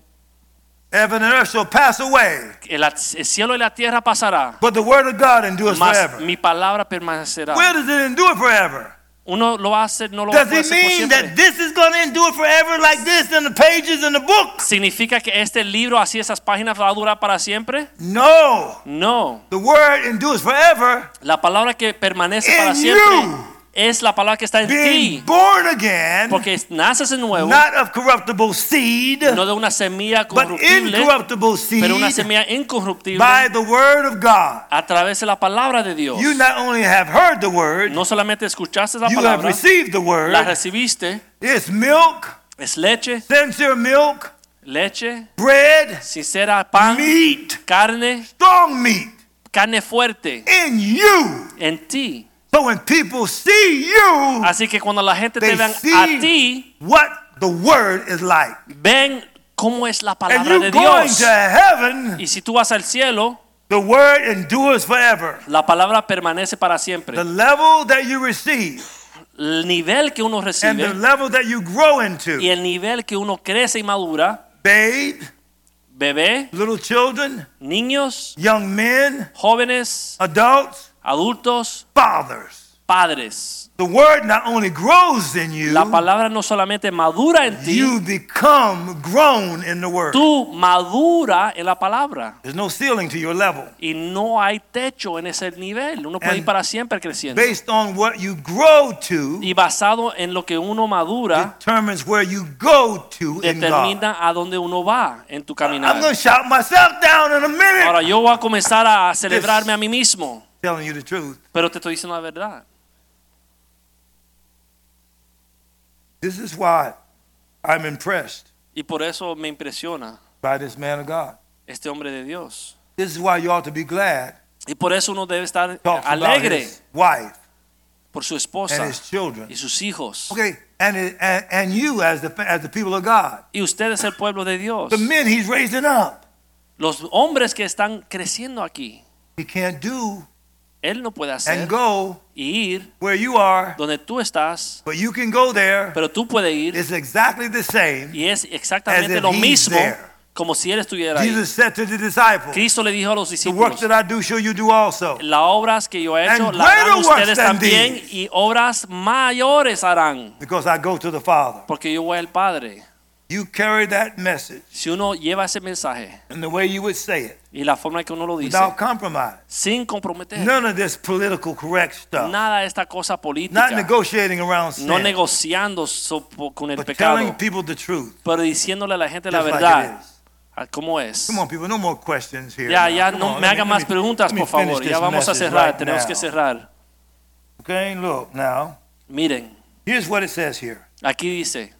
Speaker 3: Heaven and earth shall pass away,
Speaker 2: el, at- el cielo y la tierra pasará,
Speaker 3: but the word of God endures
Speaker 2: mas
Speaker 3: forever.
Speaker 2: mi palabra permanecerá.
Speaker 3: Where does it endure forever?
Speaker 2: Uno lo hace, no lo
Speaker 3: Does
Speaker 2: hace por
Speaker 3: it mean that
Speaker 2: siempre.
Speaker 3: this is going to endure forever like this in the pages in the book?
Speaker 2: ¿Significa que este libro, así esas páginas, va a durar para siempre?
Speaker 3: No.
Speaker 2: No.
Speaker 3: The word endures forever.
Speaker 2: La palabra que permanece
Speaker 3: In
Speaker 2: para siempre
Speaker 3: you.
Speaker 2: es la palabra que está en
Speaker 3: Being
Speaker 2: ti.
Speaker 3: born again,
Speaker 2: Porque naces de nuevo,
Speaker 3: not of corruptible seed,
Speaker 2: no de una semilla
Speaker 3: but
Speaker 2: corruptible,
Speaker 3: incorruptible seed
Speaker 2: pero una semilla incorruptible
Speaker 3: by the word of God.
Speaker 2: a través de la palabra de Dios.
Speaker 3: You not only have heard the word,
Speaker 2: No solamente escuchaste la
Speaker 3: you have
Speaker 2: palabra,
Speaker 3: received the
Speaker 2: la
Speaker 3: word.
Speaker 2: recibiste,
Speaker 3: It's milk,
Speaker 2: es leche,
Speaker 3: sincere milk,
Speaker 2: leche,
Speaker 3: bread,
Speaker 2: sincera, pan,
Speaker 3: meat,
Speaker 2: carne,
Speaker 3: strong meat.
Speaker 2: carne fuerte
Speaker 3: in you.
Speaker 2: en ti.
Speaker 3: So when people see you,
Speaker 2: Así que cuando la gente te
Speaker 3: they
Speaker 2: vean
Speaker 3: see
Speaker 2: a ti,
Speaker 3: what the word is like.
Speaker 2: ven cómo es la
Speaker 3: And
Speaker 2: palabra
Speaker 3: you
Speaker 2: de
Speaker 3: going
Speaker 2: Dios.
Speaker 3: to heaven,
Speaker 2: Y si tú vas al cielo,
Speaker 3: the word endures forever.
Speaker 2: la palabra permanece para siempre.
Speaker 3: The level that you receive
Speaker 2: El nivel que uno
Speaker 3: and the
Speaker 2: recibe
Speaker 3: level that you grow
Speaker 2: y
Speaker 3: into,
Speaker 2: el nivel que uno crece y madura,
Speaker 3: babe,
Speaker 2: bebé,
Speaker 3: little children,
Speaker 2: niños,
Speaker 3: young men,
Speaker 2: jóvenes,
Speaker 3: adults,
Speaker 2: adultos,
Speaker 3: fathers.
Speaker 2: padres.
Speaker 3: The word not only grows in you,
Speaker 2: La palabra no solamente madura en ti,
Speaker 3: you become grown in the word.
Speaker 2: tú madura en la palabra.
Speaker 3: There's no ceiling to your level.
Speaker 2: Y no hay techo en ese nivel. Uno puede
Speaker 3: And
Speaker 2: ir para siempre creciendo.
Speaker 3: Based on what you grow to,
Speaker 2: Y basado en lo que uno madura,
Speaker 3: determines where you go to in God.
Speaker 2: determina a dónde uno va en tu
Speaker 3: I'm
Speaker 2: caminar.
Speaker 3: going to shout myself down in a minute.
Speaker 2: Ahora yo voy a comenzar a celebrarme a mí mismo,
Speaker 3: Telling you the truth.
Speaker 2: pero te estoy diciendo la verdad.
Speaker 3: This is why I'm impressed
Speaker 2: Y por eso me impresiona
Speaker 3: by this man of God.
Speaker 2: este hombre de Dios.
Speaker 3: This is why you ought to be glad.
Speaker 2: Y por eso uno debe estar
Speaker 3: Talks about
Speaker 2: alegre
Speaker 3: his wife
Speaker 2: por su
Speaker 3: and
Speaker 2: esposa
Speaker 3: his children.
Speaker 2: y sus hijos.
Speaker 3: Okay, and, it, and and you as the as the people of God,
Speaker 2: Y usted es el pueblo de Dios.
Speaker 3: the men he's raising up.
Speaker 2: Los hombres que están creciendo aquí,
Speaker 3: He can't do
Speaker 2: él no puede hacer
Speaker 3: and go
Speaker 2: y ir
Speaker 3: where you are,
Speaker 2: donde tú estás,
Speaker 3: but you can go there.
Speaker 2: pero tú puedes ir
Speaker 3: It's exactly the same.
Speaker 2: y es
Speaker 3: As
Speaker 2: exactamente
Speaker 3: if
Speaker 2: lo
Speaker 3: he's
Speaker 2: mismo
Speaker 3: there.
Speaker 2: como si él estuviera ahí.
Speaker 3: Jesus said to the disciples,
Speaker 2: Cristo le dijo a los
Speaker 3: The work
Speaker 2: discípulos,
Speaker 3: that I do shall you do also.
Speaker 2: las obras que yo he
Speaker 3: And
Speaker 2: hecho las harán
Speaker 3: greater works
Speaker 2: ustedes
Speaker 3: than
Speaker 2: también
Speaker 3: these.
Speaker 2: y obras mayores harán,
Speaker 3: Because I go to the Father.
Speaker 2: porque yo voy al Padre.
Speaker 3: You carry that message
Speaker 2: Si uno lleva ese mensaje
Speaker 3: in the way you would say it,
Speaker 2: y la forma en que uno lo dice,
Speaker 3: without compromise.
Speaker 2: sin comprometer
Speaker 3: None of this political correct stuff.
Speaker 2: nada de esta cosa política,
Speaker 3: Not negotiating around
Speaker 2: no
Speaker 3: sin,
Speaker 2: negociando so- po- con el
Speaker 3: but telling
Speaker 2: pecado,
Speaker 3: people the truth.
Speaker 2: pero diciéndole a la gente la
Speaker 3: just like
Speaker 2: verdad,
Speaker 3: it is.
Speaker 2: a cómo es.
Speaker 3: Come on, people, no more questions here.
Speaker 2: Ya,
Speaker 3: now.
Speaker 2: ya,
Speaker 3: Come
Speaker 2: no
Speaker 3: on,
Speaker 2: me
Speaker 3: let me-
Speaker 2: hagan más
Speaker 3: let me- let
Speaker 2: preguntas,
Speaker 3: me
Speaker 2: por favor.
Speaker 3: finish
Speaker 2: Ya
Speaker 3: this
Speaker 2: vamos a
Speaker 3: message
Speaker 2: cerrar,
Speaker 3: right
Speaker 2: tenemos
Speaker 3: now.
Speaker 2: que cerrar.
Speaker 3: Okay, look now.
Speaker 2: Miren,
Speaker 3: Here's what it says here.
Speaker 2: aquí dice,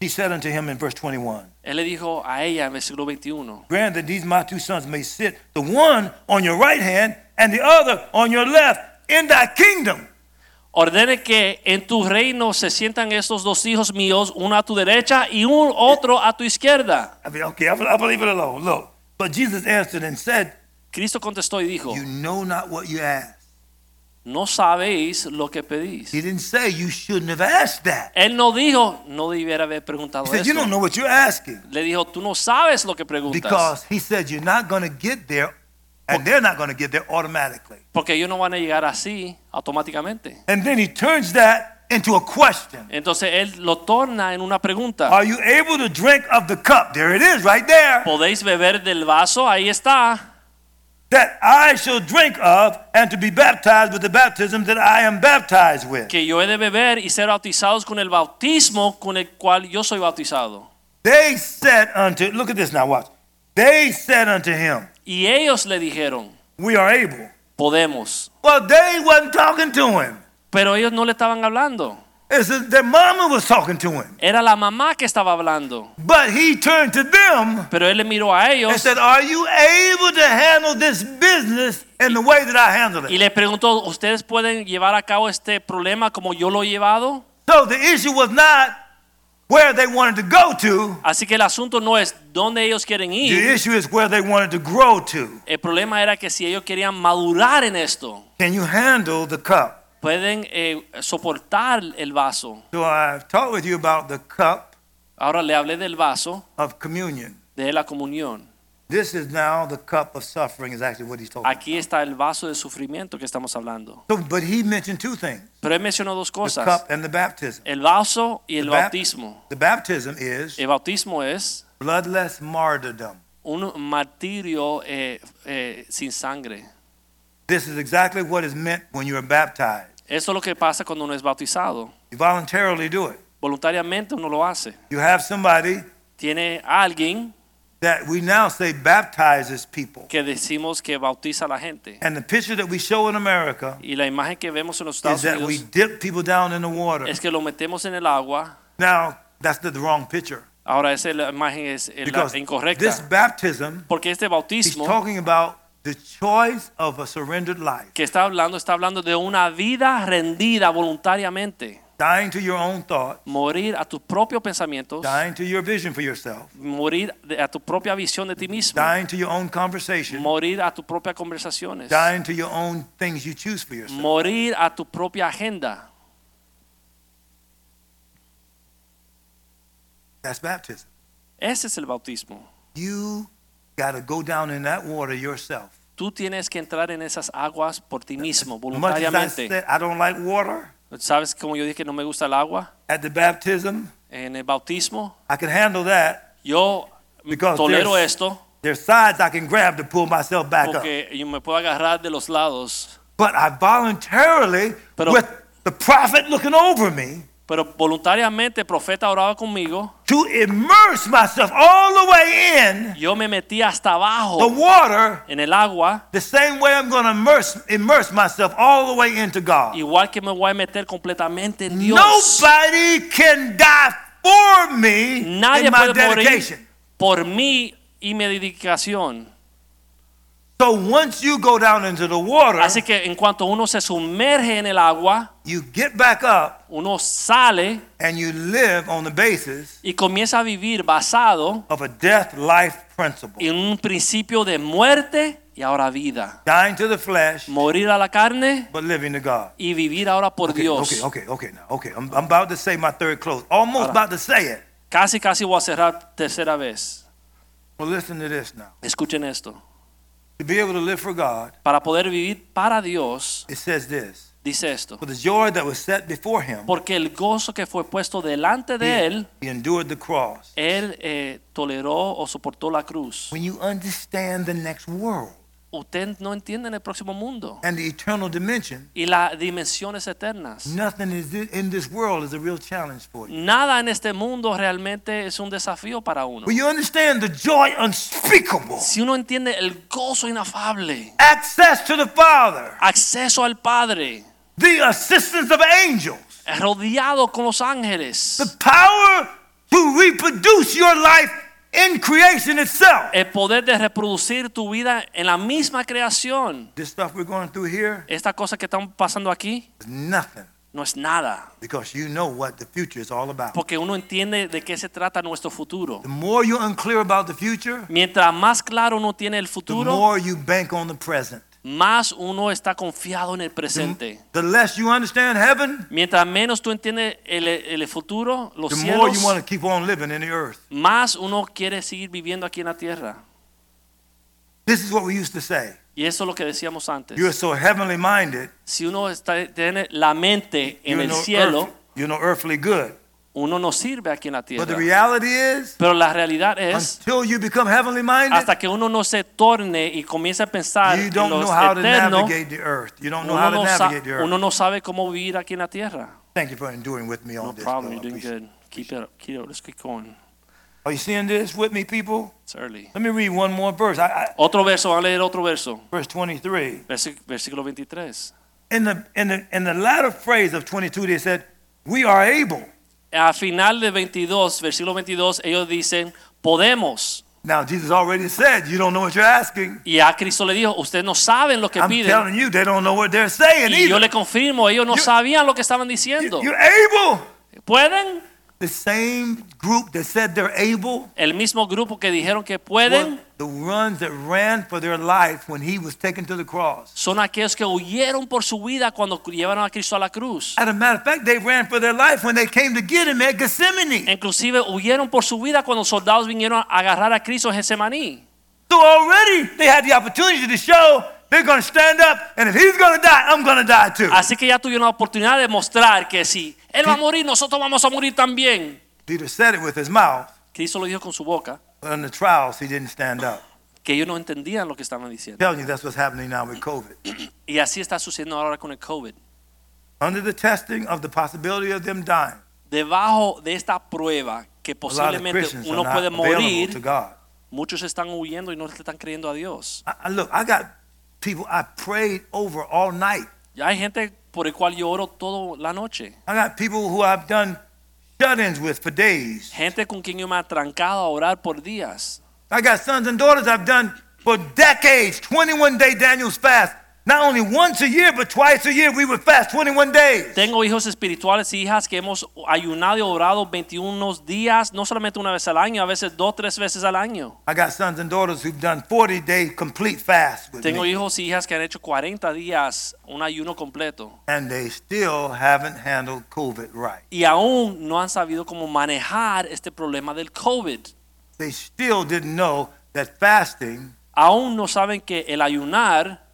Speaker 3: He said unto him in verse 21,
Speaker 2: él le dijo a ella en versículo 21,
Speaker 3: Grant that these my two sons may sit, the one on your right hand and the other on your left, in thy kingdom.
Speaker 2: ordene que en tu reino se sientan estos dos hijos míos, uno a tu derecha y un otro a tu izquierda.
Speaker 3: I mean, okay, I'll, I'll leave it alone. Look. But Jesus answered and said,
Speaker 2: Cristo contestó y dijo,
Speaker 3: You know not what you ask.
Speaker 2: no sabéis lo que pedís.
Speaker 3: He didn't say you shouldn't have asked that.
Speaker 2: Él no dijo, no debiera haber preguntado
Speaker 3: He said, You
Speaker 2: esto.
Speaker 3: don't know what you're asking.
Speaker 2: Le dijo, tú no sabes lo que preguntas,
Speaker 3: Because he said you're not going to get there, and they're not going to get there automatically.
Speaker 2: porque ellos no van a llegar así automáticamente.
Speaker 3: And then he turns that into a question.
Speaker 2: Entonces él lo torna en una pregunta.
Speaker 3: Are you able to drink of the cup? There it is, right there.
Speaker 2: ¿Podéis beber del vaso? Ahí está.
Speaker 3: That I shall drink of, and to be baptized with the baptism that I am baptized with.
Speaker 2: Que yo he de beber y ser bautizados con el bautismo con el cual yo soy bautizado.
Speaker 3: They said unto, look at this now, watch. They said unto him,
Speaker 2: Y ellos le dijeron,
Speaker 3: We are able.
Speaker 2: podemos.
Speaker 3: Well, they wasn't talking to him.
Speaker 2: Pero ellos no le estaban hablando.
Speaker 3: It's that their mama was talking to him.
Speaker 2: Era la mamá que estaba hablando.
Speaker 3: But he turned to them
Speaker 2: Pero él le miró a
Speaker 3: and
Speaker 2: ellos
Speaker 3: said, Are you able to handle this business in the way that I handle
Speaker 2: y
Speaker 3: it?
Speaker 2: le preguntó, ¿ustedes pueden llevar a cabo este problema como yo lo he llevado?
Speaker 3: So the issue was not where they wanted to go to,
Speaker 2: Así que el asunto no es dónde ellos quieren
Speaker 3: the
Speaker 2: ir.
Speaker 3: issue is where they wanted to grow to.
Speaker 2: El problema era que si ellos querían madurar en esto,
Speaker 3: Can you handle the cup?
Speaker 2: pueden eh, soportar el vaso.
Speaker 3: So I've talked with you about the cup
Speaker 2: Ahora le hablé del vaso
Speaker 3: of communion.
Speaker 2: de la comunión.
Speaker 3: This is now the cup of suffering, is actually what he's talking about.
Speaker 2: Aquí está el vaso de sufrimiento que estamos hablando.
Speaker 3: So, but he mentioned two things
Speaker 2: Pero él mencionó dos
Speaker 3: the
Speaker 2: cosas.
Speaker 3: cup and the baptism.
Speaker 2: El vaso y el
Speaker 3: The bap-
Speaker 2: bautismo.
Speaker 3: The baptism is
Speaker 2: El bautismo es
Speaker 3: bloodless martyrdom.
Speaker 2: un martirio eh, eh, sin sangre.
Speaker 3: This is exactly what is meant when you are baptized.
Speaker 2: Eso es lo que pasa cuando uno es bautizado.
Speaker 3: You voluntarily do it.
Speaker 2: Voluntariamente uno lo hace.
Speaker 3: You have somebody
Speaker 2: Tiene a alguien
Speaker 3: that we now say baptizes people.
Speaker 2: que decimos que bautiza a la gente.
Speaker 3: And the picture that we show in America
Speaker 2: Y la imagen que vemos en los
Speaker 3: is
Speaker 2: Estados
Speaker 3: that we
Speaker 2: Unidos
Speaker 3: dip people down in the water.
Speaker 2: es que lo metemos en el agua.
Speaker 3: Now, that's the, the wrong picture.
Speaker 2: Ahora esa la imagen es eh, la
Speaker 3: Because this
Speaker 2: incorrecta.
Speaker 3: baptism,
Speaker 2: Porque este
Speaker 3: he's
Speaker 2: bautismo
Speaker 3: talking about the choice of a surrendered life,
Speaker 2: que está hablando está hablando de una vida rendida voluntariamente.
Speaker 3: dying to your own thought,
Speaker 2: Morir a tus propios pensamientos,
Speaker 3: dying to your vision for yourself,
Speaker 2: morir de- a tu propia visión de ti mismo,
Speaker 3: dying to your own conversation,
Speaker 2: morir a tus propias conversaciones,
Speaker 3: dying to your own things you choose for yourself.
Speaker 2: morir a tu propia agenda.
Speaker 3: That's baptism.
Speaker 2: Ese es el bautismo.
Speaker 3: You got to go down in that water yourself.
Speaker 2: Tú tienes que entrar en esas aguas por ti mismo,
Speaker 3: Much as I
Speaker 2: voluntariamente.
Speaker 3: said I don't like water
Speaker 2: ¿Sabes como yo dije que no me gusta el agua?
Speaker 3: at the baptism,
Speaker 2: En el bautismo,
Speaker 3: I can handle that.
Speaker 2: yo
Speaker 3: Because
Speaker 2: tolero
Speaker 3: there's-
Speaker 2: esto
Speaker 3: There's sides I can grab to pull myself back up.
Speaker 2: porque yo me puedo agarrar de los lados,
Speaker 3: But I voluntarily,
Speaker 2: Pero-
Speaker 3: with the prophet looking over me,
Speaker 2: pero voluntariamente el profeta oraba conmigo.
Speaker 3: to immerse myself all the way in
Speaker 2: Yo me metí hasta
Speaker 3: the
Speaker 2: abajo
Speaker 3: water,
Speaker 2: en el agua,
Speaker 3: the same way I'm going to immerse, immerse myself all the way into God.
Speaker 2: igual que me voy a meter completamente en Dios.
Speaker 3: Nobody can die for me
Speaker 2: Nadie
Speaker 3: in my
Speaker 2: puede
Speaker 3: dedication.
Speaker 2: morir por mí y mi dedicación.
Speaker 3: So once you go down into the water,
Speaker 2: Así que en cuanto uno se sumerge en el agua,
Speaker 3: you get back up
Speaker 2: uno sale
Speaker 3: and you live on the basis
Speaker 2: y comienza a vivir basado
Speaker 3: of a death life principle.
Speaker 2: en un principio de muerte y ahora vida.
Speaker 3: Dying to the flesh,
Speaker 2: Morir a la carne
Speaker 3: but living to God.
Speaker 2: y vivir ahora Mm. por
Speaker 3: Okay,
Speaker 2: Dios.
Speaker 3: okay, okay, okay, now, okay. I'm, I'm about to say my third close. Almost about to say it.
Speaker 2: Casi, casi voy a cerrar tercera vez.
Speaker 3: Well, listen to this now.
Speaker 2: Escuchen esto.
Speaker 3: To be able to live for God,
Speaker 2: Para poder vivir para Dios,
Speaker 3: it says this
Speaker 2: dice esto.
Speaker 3: For the joy that was set before him,
Speaker 2: Porque el gozo que fue puesto delante de
Speaker 3: he,
Speaker 2: él,
Speaker 3: he endured the cross.
Speaker 2: él eh, toleró o soportó la cruz.
Speaker 3: When you understand the next world
Speaker 2: Usted no entiende en el próximo mundo
Speaker 3: and the eternal dimension,
Speaker 2: y las dimensiones eternas.
Speaker 3: nothing is i- in this world is a real challenge for you.
Speaker 2: Nada en este mundo realmente es un desafío para uno.
Speaker 3: When you understand the joy unspeakable,
Speaker 2: Si uno entiende el gozo inafable,
Speaker 3: access to the Father,
Speaker 2: acceso al Padre,
Speaker 3: the assistance of angels,
Speaker 2: rodeado con los ángeles,
Speaker 3: the power to reproduce your life in creation itself.
Speaker 2: el poder de reproducir tu vida en la misma creación.
Speaker 3: This stuff we're going through here
Speaker 2: Esta cosa que estamos pasando aquí
Speaker 3: is nothing
Speaker 2: no es nada,
Speaker 3: because you know what the future is all about.
Speaker 2: porque uno entiende de qué se trata nuestro futuro.
Speaker 3: The more you're unclear about the future,
Speaker 2: Mientras más claro uno tiene el
Speaker 3: the
Speaker 2: futuro,
Speaker 3: more you bank on the present.
Speaker 2: más uno está confiado en el presente.
Speaker 3: The less you understand heaven,
Speaker 2: Mientras menos tú entiendes el, el futuro, los
Speaker 3: the more
Speaker 2: cielos,
Speaker 3: you want to keep on living in the earth.
Speaker 2: más uno quiere seguir viviendo aquí en la tierra.
Speaker 3: This is what we used to say.
Speaker 2: Y eso es lo que decíamos antes.
Speaker 3: You're so heavenly minded,
Speaker 2: si uno está, tiene la mente en
Speaker 3: you're
Speaker 2: el
Speaker 3: no,
Speaker 2: cielo,
Speaker 3: earth- you're no earthly good.
Speaker 2: uno no sirve aquí en la
Speaker 3: But the
Speaker 2: tierra.
Speaker 3: reality is,
Speaker 2: Pero la realidad es,
Speaker 3: until you become heavenly minded,
Speaker 2: hasta que uno no se torne y comience a pensar
Speaker 3: you
Speaker 2: en
Speaker 3: don't know
Speaker 2: los
Speaker 3: how to
Speaker 2: eternos,
Speaker 3: navigate the earth. You don't know how
Speaker 2: uno
Speaker 3: to
Speaker 2: no, sa-
Speaker 3: navigate the
Speaker 2: uno
Speaker 3: earth.
Speaker 2: no sabe cómo vivir aquí en la tierra.
Speaker 3: Thank you for enduring with me on
Speaker 2: No
Speaker 3: this.
Speaker 2: problem,
Speaker 3: though. I
Speaker 2: you're doing
Speaker 3: appreciate it.
Speaker 2: good. Keep it, keep it, let's keep going.
Speaker 3: Are you seeing this with me, people?
Speaker 2: It's early.
Speaker 3: Let me read one more verse. I, I,
Speaker 2: Otro verso, vamos a leer otro verso.
Speaker 3: verse 23.
Speaker 2: Versi- Versículo 23.
Speaker 3: In the, in, the, in the latter phrase of 22, they said, We are able.
Speaker 2: Al final de 22, versículo 22, ellos dicen, podemos.
Speaker 3: Now, Jesus already said, You don't know what you're asking.
Speaker 2: Y a Cristo le dijo, ustedes no saben lo que
Speaker 3: I'm
Speaker 2: piden.
Speaker 3: telling you, they don't know what they're saying
Speaker 2: Y yo
Speaker 3: either.
Speaker 2: le confirmo, ellos no
Speaker 3: You-
Speaker 2: sabían lo que estaban diciendo.
Speaker 3: You're able.
Speaker 2: ¿Pueden?
Speaker 3: The same group that said they're able
Speaker 2: El mismo grupo que dijeron que
Speaker 3: were
Speaker 2: pueden
Speaker 3: the ones that ran for their life when he was taken to the cross.
Speaker 2: son aquellos que huyeron por su vida cuando llevaron a Cristo a la cruz.
Speaker 3: As a matter of fact, they ran for their life when they came to get him at Gethsemane.
Speaker 2: Inclusive huyeron por su vida cuando los soldados vinieron a agarrar a Cristo en Getsemaní.
Speaker 3: So already they had the opportunity to show they're going to stand up, and if he's going to die, I'm going to die too.
Speaker 2: Así que ya tuvieron la oportunidad de mostrar que si Él va a morir, nosotros vamos a morir también.
Speaker 3: Peter said it with his mouth,
Speaker 2: Cristo lo dijo con su boca,
Speaker 3: but in the trials he didn't stand up.
Speaker 2: que ellos no entendían lo que estaban
Speaker 3: I'm
Speaker 2: diciendo.
Speaker 3: telling you, that's what's happening now with COVID.
Speaker 2: Y así está sucediendo ahora con el COVID.
Speaker 3: Under the testing of the possibility of them dying,
Speaker 2: Debajo de esta prueba que
Speaker 3: a lot of
Speaker 2: posiblemente
Speaker 3: Christians are
Speaker 2: uno
Speaker 3: not
Speaker 2: puede
Speaker 3: available to
Speaker 2: morir,
Speaker 3: God.
Speaker 2: muchos están huyendo y no le están creyendo a Dios.
Speaker 3: I, I- look, I got people I prayed over all night.
Speaker 2: Y hay gente por el cual yo oro toda la noche.
Speaker 3: I got people who I've done shut-ins with for days.
Speaker 2: Gente con quien yo me he trancado a orar por días.
Speaker 3: I got sons and daughters I've done for decades, 21-day Daniel's fast. Not only once a year, but twice a year we would fast 21 days.
Speaker 2: Tengo hijos espirituales y hijas que hemos ayunado y orado 21 días, no solamente una vez al año, a veces dos, tres veces al año.
Speaker 3: I got sons and daughters who've done 40-day complete fast with
Speaker 2: Tengo
Speaker 3: me,
Speaker 2: hijos y hijas que han hecho 40 días un ayuno completo
Speaker 3: and they still haven't handled COVID right.
Speaker 2: y aún no han sabido cómo manejar este problema del COVID.
Speaker 3: They still didn't know that fasting
Speaker 2: Aún no saben que el ayunar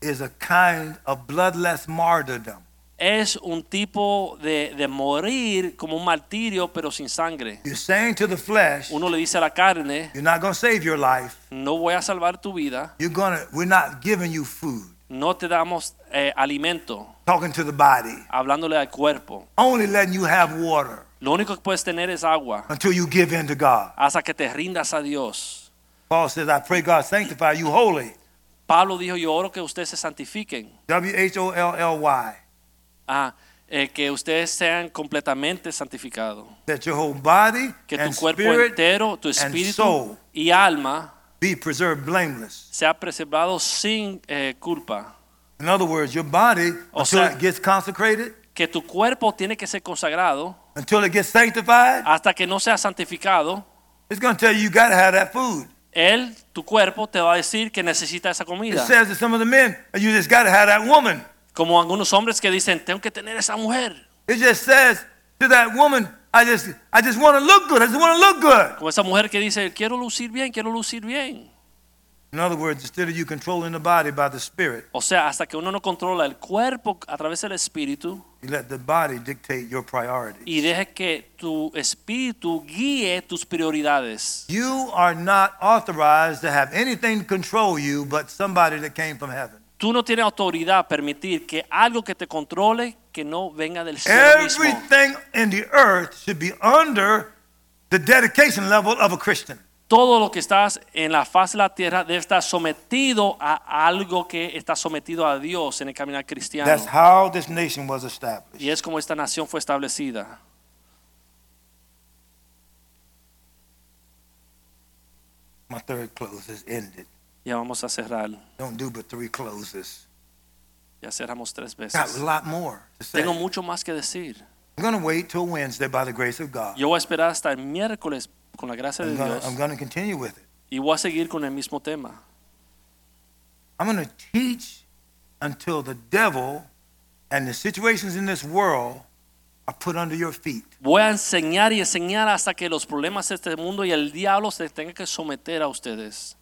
Speaker 3: is a kind of bloodless martyrdom.
Speaker 2: es un tipo de, de morir como un martirio pero sin sangre.
Speaker 3: You're saying to the flesh,
Speaker 2: Uno le dice a la carne,
Speaker 3: You're not going to save your life.
Speaker 2: no voy a salvar tu vida,
Speaker 3: You're going to we're not giving you food.
Speaker 2: no te damos eh, alimento,
Speaker 3: Talking to the body.
Speaker 2: hablándole al cuerpo.
Speaker 3: Only letting you have water
Speaker 2: Lo único que puedes tener es agua
Speaker 3: until you give in to God.
Speaker 2: hasta que te rindas a Dios.
Speaker 3: Paul says, I pray God sanctify you holy.
Speaker 2: Pablo dijo, yo oro que ustedes se santifiquen,
Speaker 3: W H O L L Y.
Speaker 2: ah, eh, que ustedes sean completamente santificados,
Speaker 3: That your whole body
Speaker 2: que tu
Speaker 3: and
Speaker 2: cuerpo
Speaker 3: spirit
Speaker 2: entero, tu
Speaker 3: and
Speaker 2: espíritu
Speaker 3: soul
Speaker 2: y alma
Speaker 3: be preserved blameless.
Speaker 2: se ha preservado sin eh, culpa.
Speaker 3: In other words, your body,
Speaker 2: O
Speaker 3: until
Speaker 2: sea-
Speaker 3: it gets consecrated,
Speaker 2: Que tu cuerpo tiene que ser consagrado
Speaker 3: until it gets sanctified,
Speaker 2: hasta que no sea santificado.
Speaker 3: it's going to tell you you got to have that food.
Speaker 2: Él, tu cuerpo, te va a decir que necesita esa
Speaker 3: It
Speaker 2: comida.
Speaker 3: says to some of the men, you just got to have that woman.
Speaker 2: Como algunos hombres que dicen, tengo que tener esa mujer.
Speaker 3: It just says to that woman, I just, I just want to look good. I just want to look good.
Speaker 2: Como esa mujer que dice, quiero lucir bien, quiero lucir bien.
Speaker 3: In other words, instead of you controlling the body by the Spirit,
Speaker 2: O sea, hasta que uno no controla el cuerpo a través del espíritu
Speaker 3: you let the body dictate your priorities.
Speaker 2: y deje que tu espíritu guíe tus prioridades.
Speaker 3: You are not authorized to have anything to control you but somebody that came from heaven.
Speaker 2: Tú no tienes autoridad a permitir que algo que te controle que no venga del cielo mismo.
Speaker 3: Everything in the earth should be under the dedication level of a Christian.
Speaker 2: Todo lo que estás en la faz de la tierra debe estar sometido a algo que está sometido a Dios en el caminar cristiano.
Speaker 3: That's how this nation was established.
Speaker 2: Y es como esta nación fue establecida.
Speaker 3: My third close is ended.
Speaker 2: Ya vamos a cerrar.
Speaker 3: Don't do but three closes.
Speaker 2: Ya cerramos tres
Speaker 3: Got a
Speaker 2: veces.
Speaker 3: lot more to say.
Speaker 2: Tengo mucho más que decir.
Speaker 3: I'm going to wait till Wednesday by the grace of God.
Speaker 2: Yo voy a esperar hasta el miércoles con la gracia de
Speaker 3: I'm
Speaker 2: Dios
Speaker 3: going to continue with it.
Speaker 2: y voy a seguir con el mismo tema.
Speaker 3: I'm going to teach until the devil and the situations in this world are put under your feet.
Speaker 2: Voy a enseñar y enseñar hasta que los problemas de este mundo y el diablo se tengan que someter a ustedes.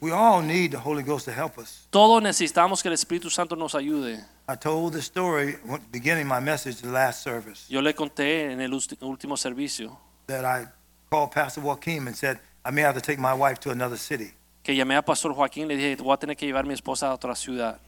Speaker 3: We all need the Holy Ghost to help us.
Speaker 2: Todos necesitamos que el Espíritu Santo nos ayude.
Speaker 3: I told the story when- beginning my message the last service
Speaker 2: Yo le conté en el ulti- último servicio
Speaker 3: that I called Pastor Joaquim and said, I may have to take my wife to another city
Speaker 2: que llamé a Pastor Joaquín le dije, voy a tener que llevar a mi esposa a otra ciudad.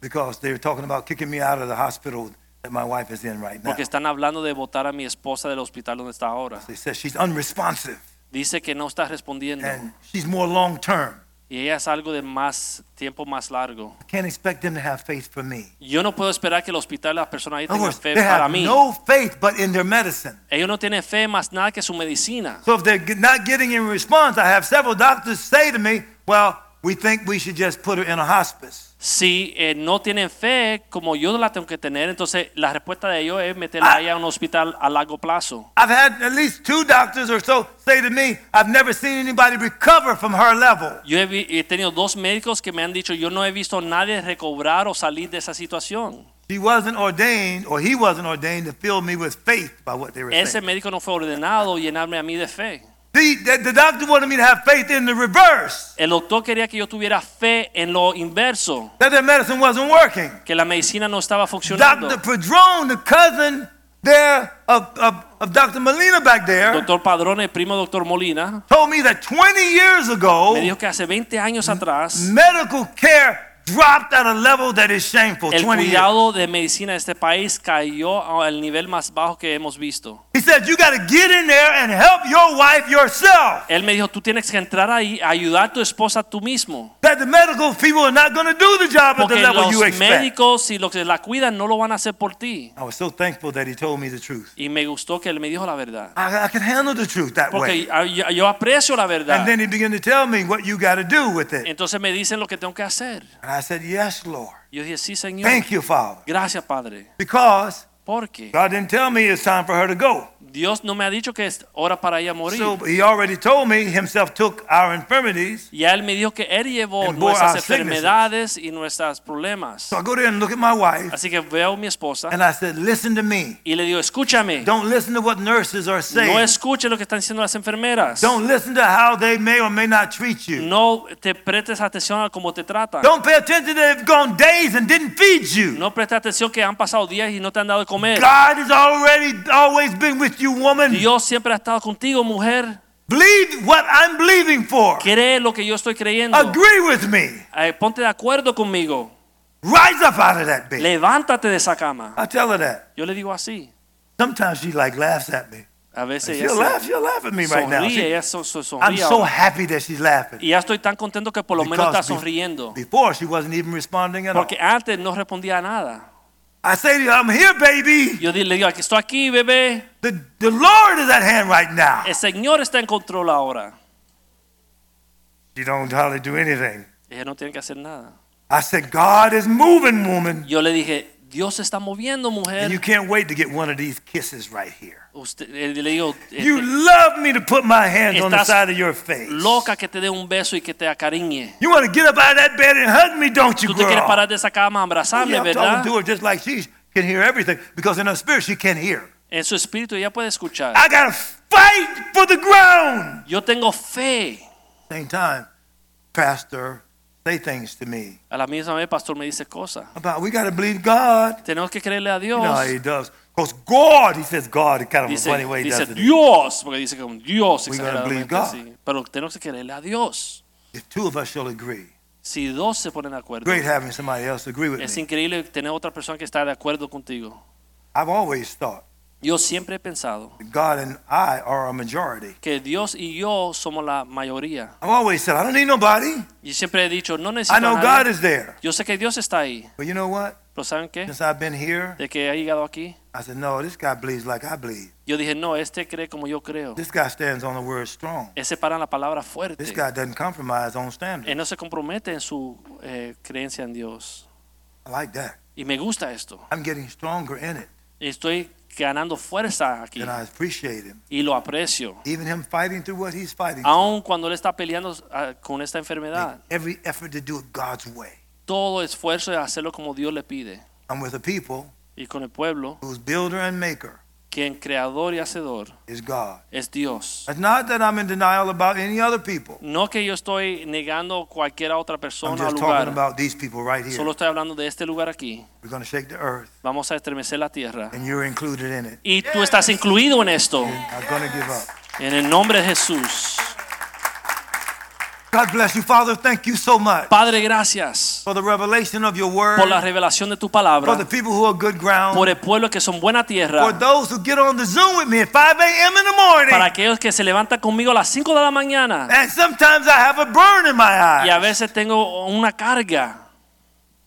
Speaker 3: because they were talking about kicking me out of the hospital that my wife is in right now.
Speaker 2: Porque están hablando de votar a mi esposa del hospital donde está ahora.
Speaker 3: They said she's unresponsive
Speaker 2: Dice que no está respondiendo.
Speaker 3: and she's more long term.
Speaker 2: Y ella es algo de más tiempo más largo.
Speaker 3: I can't expect them to have faith for me.
Speaker 2: Yo no puedo esperar que el hospital, las personas ahí
Speaker 3: In other
Speaker 2: tengan
Speaker 3: words,
Speaker 2: fe
Speaker 3: they
Speaker 2: para
Speaker 3: have
Speaker 2: mí.
Speaker 3: no faith but in their medicine.
Speaker 2: Ellos no tienen fe más nada que su medicina.
Speaker 3: So if they're g- not getting in response, I have several doctors say to me, well, we think we should just put her in a hospice.
Speaker 2: Si eh, no tienen fe como yo la tengo que tener, entonces la respuesta de ellos es meterla ahí a un hospital a largo plazo.
Speaker 3: I've had at least two doctors or so say to me, I've never seen anybody recover from her level.
Speaker 2: Yo he, vi- he tenido dos médicos que me han dicho, yo no he visto a nadie recobrar o salir de esa situación.
Speaker 3: She wasn't ordained, or he wasn't ordained to fill me with faith by what they were
Speaker 2: Ese
Speaker 3: saying.
Speaker 2: médico no fue ordenado llenarme a mí de fe.
Speaker 3: The, the, the doctor wanted me to have faith in the reverse,
Speaker 2: El doctor quería que yo tuviera fe en lo inverso,
Speaker 3: that their medicine wasn't working.
Speaker 2: que la medicina no estaba funcionando.
Speaker 3: Dr. Padron, the cousin there of, of, of Dr. Molina back there,
Speaker 2: Doctor Padrón, el primo doctor Molina,
Speaker 3: told me that 20 years
Speaker 2: me
Speaker 3: ago,
Speaker 2: dijo que hace 20 años
Speaker 3: Oh,
Speaker 2: atrás
Speaker 3: medical care dropped at a level that is shameful.
Speaker 2: el
Speaker 3: 20 years.
Speaker 2: cuidado de medicina de este país cayó al nivel más bajo que hemos visto.
Speaker 3: He said, You got to get in there and help your wife yourself.
Speaker 2: Él me dijo, tú tienes que entrar ahí, a ayudar a tu esposa tú mismo.
Speaker 3: That the medical people are not going to do the job at the
Speaker 2: Porque
Speaker 3: level you
Speaker 2: los
Speaker 3: expect.
Speaker 2: médicos y los que la cuidan no lo van a hacer por ti.
Speaker 3: I was so thankful that he told me the truth.
Speaker 2: Y me gustó que él me dijo la verdad.
Speaker 3: I, I could handle the truth that way.
Speaker 2: Porque a- yo, yo aprecio la
Speaker 3: And
Speaker 2: verdad.
Speaker 3: then he began to tell me what you got to do with it.
Speaker 2: Entonces me dicen lo que tengo que hacer.
Speaker 3: And I said, Yes, Lord.
Speaker 2: Yo dije, sí, Señor.
Speaker 3: Thank you, Father.
Speaker 2: Gracias, Padre.
Speaker 3: Because
Speaker 2: Porque
Speaker 3: God didn't tell me it's time for her to go.
Speaker 2: Dios no me ha dicho que es hora para ella morir.
Speaker 3: So he already told me himself took our infirmities.
Speaker 2: y a él me dijo que él llevó
Speaker 3: And bore
Speaker 2: nuestras
Speaker 3: our sicknesses.
Speaker 2: enfermedades y nuestros problemas.
Speaker 3: So I go there and look at my wife
Speaker 2: Así que veo a mi esposa
Speaker 3: and I said, Listen to me.
Speaker 2: y le digo, escúchame.
Speaker 3: Don't listen to what nurses are
Speaker 2: No
Speaker 3: saying.
Speaker 2: escuche lo que están diciendo las enfermeras.
Speaker 3: Don't listen to how they may or may not treat you.
Speaker 2: No te prestes atención a cómo te tratan.
Speaker 3: Don't pay attention that they've gone days and didn't feed you.
Speaker 2: No prestes atención que han pasado días y no te han dado de comer.
Speaker 3: God has already always been with you, woman.
Speaker 2: Dios siempre ha estado contigo, mujer.
Speaker 3: Believe what I'm believing for.
Speaker 2: Cree lo que yo estoy creyendo.
Speaker 3: Agree with me.
Speaker 2: Eh, ponte de acuerdo conmigo.
Speaker 3: Rise up out of that bed.
Speaker 2: Levántate de esa cama.
Speaker 3: I tell her that.
Speaker 2: Yo le digo así.
Speaker 3: Sometimes she like laughs at me.
Speaker 2: A veces ella
Speaker 3: She'll laugh.
Speaker 2: se
Speaker 3: She'll laugh at me right now.
Speaker 2: sonríe,
Speaker 3: She-
Speaker 2: ella so- so-
Speaker 3: I'm
Speaker 2: sonríe
Speaker 3: so
Speaker 2: ahora.
Speaker 3: happy that she's laughing.
Speaker 2: Y ya estoy tan contento que por lo menos está
Speaker 3: Because be-
Speaker 2: sonriendo.
Speaker 3: Before she wasn't even responding at all.
Speaker 2: Porque antes no respondía a nada.
Speaker 3: I say to you, I'm here, baby.
Speaker 2: Yo di- le digo, aquí estoy aquí, bebé. Eh.
Speaker 3: The, the Lord is at hand right now.
Speaker 2: El Señor está en control ahora.
Speaker 3: She don't hardly do anything.
Speaker 2: Ella no tiene que hacer nada.
Speaker 3: I said, God is moving, woman.
Speaker 2: Yo le dije, Dios se está moviendo,
Speaker 3: And you
Speaker 2: mujer.
Speaker 3: can't wait to get one of these kisses right here.
Speaker 2: Usted, eh, le digo, eh,
Speaker 3: You love me to put my hands on the
Speaker 2: Estás
Speaker 3: side of your face.
Speaker 2: loca que te dé un beso y que te acariñe.
Speaker 3: You want to get up out of that bed and hug me, don't you,
Speaker 2: Tú te
Speaker 3: girl?
Speaker 2: quieres parar de esa cama,
Speaker 3: Yeah,
Speaker 2: abrazarme,
Speaker 3: I'm talking
Speaker 2: ¿verdad?
Speaker 3: to her just like she can hear everything because in her spirit she can hear.
Speaker 2: En su espíritu ella puede escuchar.
Speaker 3: I gotta fight for the ground.
Speaker 2: Yo tengo fe.
Speaker 3: Same time, pastor, say things to me
Speaker 2: A la misma vez, pastor me dice cosas.
Speaker 3: about we gotta believe God.
Speaker 2: Tenemos que creerle a
Speaker 3: You
Speaker 2: Dios.
Speaker 3: know how he does. Because God, he says God in kind of a
Speaker 2: Dice,
Speaker 3: funny way,
Speaker 2: dice
Speaker 3: doesn't he?
Speaker 2: Dios, porque dice con Dios
Speaker 3: We gotta believe
Speaker 2: exageradamente
Speaker 3: God.
Speaker 2: así. Pero tenemos que creerle a Dios.
Speaker 3: If two of us shall agree,
Speaker 2: Si dos se ponen de acuerdo,
Speaker 3: great having somebody else agree with
Speaker 2: es
Speaker 3: me.
Speaker 2: increíble tener otra persona que está de acuerdo contigo.
Speaker 3: I've always thought
Speaker 2: Yo siempre he pensado
Speaker 3: that God and I are a majority.
Speaker 2: que Dios y yo somos la mayoría.
Speaker 3: I've always said I don't need nobody.
Speaker 2: Y siempre he dicho, no necesito
Speaker 3: I
Speaker 2: a
Speaker 3: know
Speaker 2: nadie.
Speaker 3: God is there.
Speaker 2: Yo sé que Dios está ahí.
Speaker 3: But you know what?
Speaker 2: Pero ¿saben qué?
Speaker 3: Since I've been here,
Speaker 2: De que ha llegado aquí,
Speaker 3: I said, no, this guy believes like I believe.
Speaker 2: yo dije, no, este cree como yo creo.
Speaker 3: This guy stands on the word strong.
Speaker 2: Ese para en la palabra fuerte.
Speaker 3: This guy doesn't compromise on standards.
Speaker 2: Él no se compromete en su eh, creencia en Dios.
Speaker 3: I like that.
Speaker 2: Y me gusta esto.
Speaker 3: I'm getting stronger in it.
Speaker 2: Estoy ganando fuerza aquí
Speaker 3: And I appreciate him.
Speaker 2: y lo aprecio.
Speaker 3: Even him fighting through what he's fighting.
Speaker 2: Aun cuando él está peleando ah, con esta enfermedad,
Speaker 3: Make every effort to do it God's way.
Speaker 2: todo esfuerzo de hacerlo como Dios le pide.
Speaker 3: I'm with a people
Speaker 2: Y con el pueblo,
Speaker 3: whose builder and maker
Speaker 2: quien creador y hacedor
Speaker 3: is God.
Speaker 2: es Dios.
Speaker 3: It's not that I'm in denial about any other people.
Speaker 2: No que yo estoy negando cualquier otra
Speaker 3: I'm
Speaker 2: persona o
Speaker 3: just talking
Speaker 2: lugar.
Speaker 3: about these people right here.
Speaker 2: Solo estoy hablando de este lugar aquí.
Speaker 3: We're going to shake the earth,
Speaker 2: Vamos a estremecer la tierra.
Speaker 3: and you're included in it.
Speaker 2: Y tú estás incluido en esto.
Speaker 3: I'm not going to give up.
Speaker 2: En el nombre de Jesús.
Speaker 3: God bless you, Father. Thank you so much
Speaker 2: Padre, gracias
Speaker 3: for the revelation of your word,
Speaker 2: por la revelación de tu
Speaker 3: for the
Speaker 2: palabra.
Speaker 3: people who are good ground.
Speaker 2: Por el pueblo que son buena
Speaker 3: For
Speaker 2: tierra.
Speaker 3: those who get on the Zoom with me at 5 a.m. in the morning,
Speaker 2: Para aquellos que se levantan conmigo a las 5 de la mañana.
Speaker 3: and sometimes I have a burn in my
Speaker 2: Y a
Speaker 3: eye.
Speaker 2: veces tengo una carga.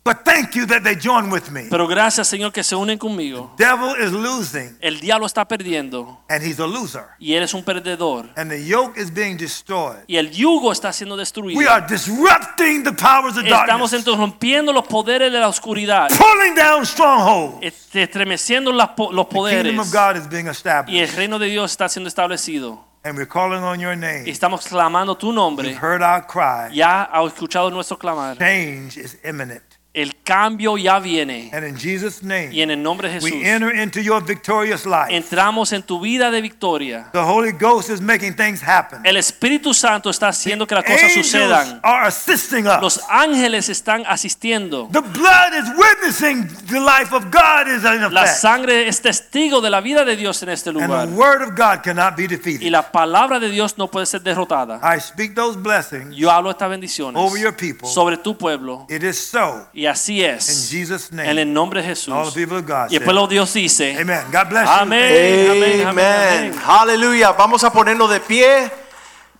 Speaker 3: But thank you that they join with me.
Speaker 2: Pero gracias, Señor, que se unen conmigo.
Speaker 3: Devil is losing,
Speaker 2: El diablo está perdiendo.
Speaker 3: and he's a loser.
Speaker 2: Y eres un perdedor.
Speaker 3: And the yoke is being destroyed.
Speaker 2: Y el yugo está siendo
Speaker 3: We
Speaker 2: destruido.
Speaker 3: are disrupting the powers of
Speaker 2: Estamos
Speaker 3: darkness,
Speaker 2: interrumpiendo los poderes de la oscuridad.
Speaker 3: pulling down strongholds.
Speaker 2: est- Estremeciendo las po- los
Speaker 3: The kingdom
Speaker 2: poderes.
Speaker 3: of God is being
Speaker 2: Y
Speaker 3: established,
Speaker 2: el reino de Dios está siendo establecido.
Speaker 3: and we're calling on your
Speaker 2: Y
Speaker 3: name.
Speaker 2: estamos clamando tu
Speaker 3: You've
Speaker 2: nombre.
Speaker 3: heard our cry.
Speaker 2: Ya ha escuchado nuestro clamar.
Speaker 3: Change is imminent.
Speaker 2: El cambio ya viene.
Speaker 3: And in Jesus'
Speaker 2: Y
Speaker 3: name,
Speaker 2: en el nombre de
Speaker 3: we
Speaker 2: Jesús
Speaker 3: enter into your victorious life.
Speaker 2: entramos en tu vida de victoria.
Speaker 3: The Holy Ghost is making things happen.
Speaker 2: El Espíritu Santo está haciendo que las cosas
Speaker 3: Angels
Speaker 2: sucedan.
Speaker 3: are assisting us.
Speaker 2: Los ángeles están asistiendo.
Speaker 3: the blood is witnessing the life of God is in
Speaker 2: La
Speaker 3: effect.
Speaker 2: sangre es testigo de la vida de Dios en este lugar.
Speaker 3: And the word of God cannot be
Speaker 2: Y
Speaker 3: defeated.
Speaker 2: la palabra de Dios no puede ser derrotada.
Speaker 3: I speak those blessings
Speaker 2: Yo hablo estas bendiciones
Speaker 3: over your people.
Speaker 2: sobre tu pueblo.
Speaker 3: It is so
Speaker 2: Y así
Speaker 3: in
Speaker 2: es.
Speaker 3: Jesus'
Speaker 2: En el
Speaker 3: name.
Speaker 2: nombre de
Speaker 3: All the
Speaker 2: Jesús.
Speaker 3: people of God
Speaker 2: Y el
Speaker 3: said,
Speaker 2: pueblo de Dios dice.
Speaker 3: Amen. God bless you.
Speaker 2: Amén. amén, amén, amén.
Speaker 4: Aleluya. Vamos a ponernos de pie.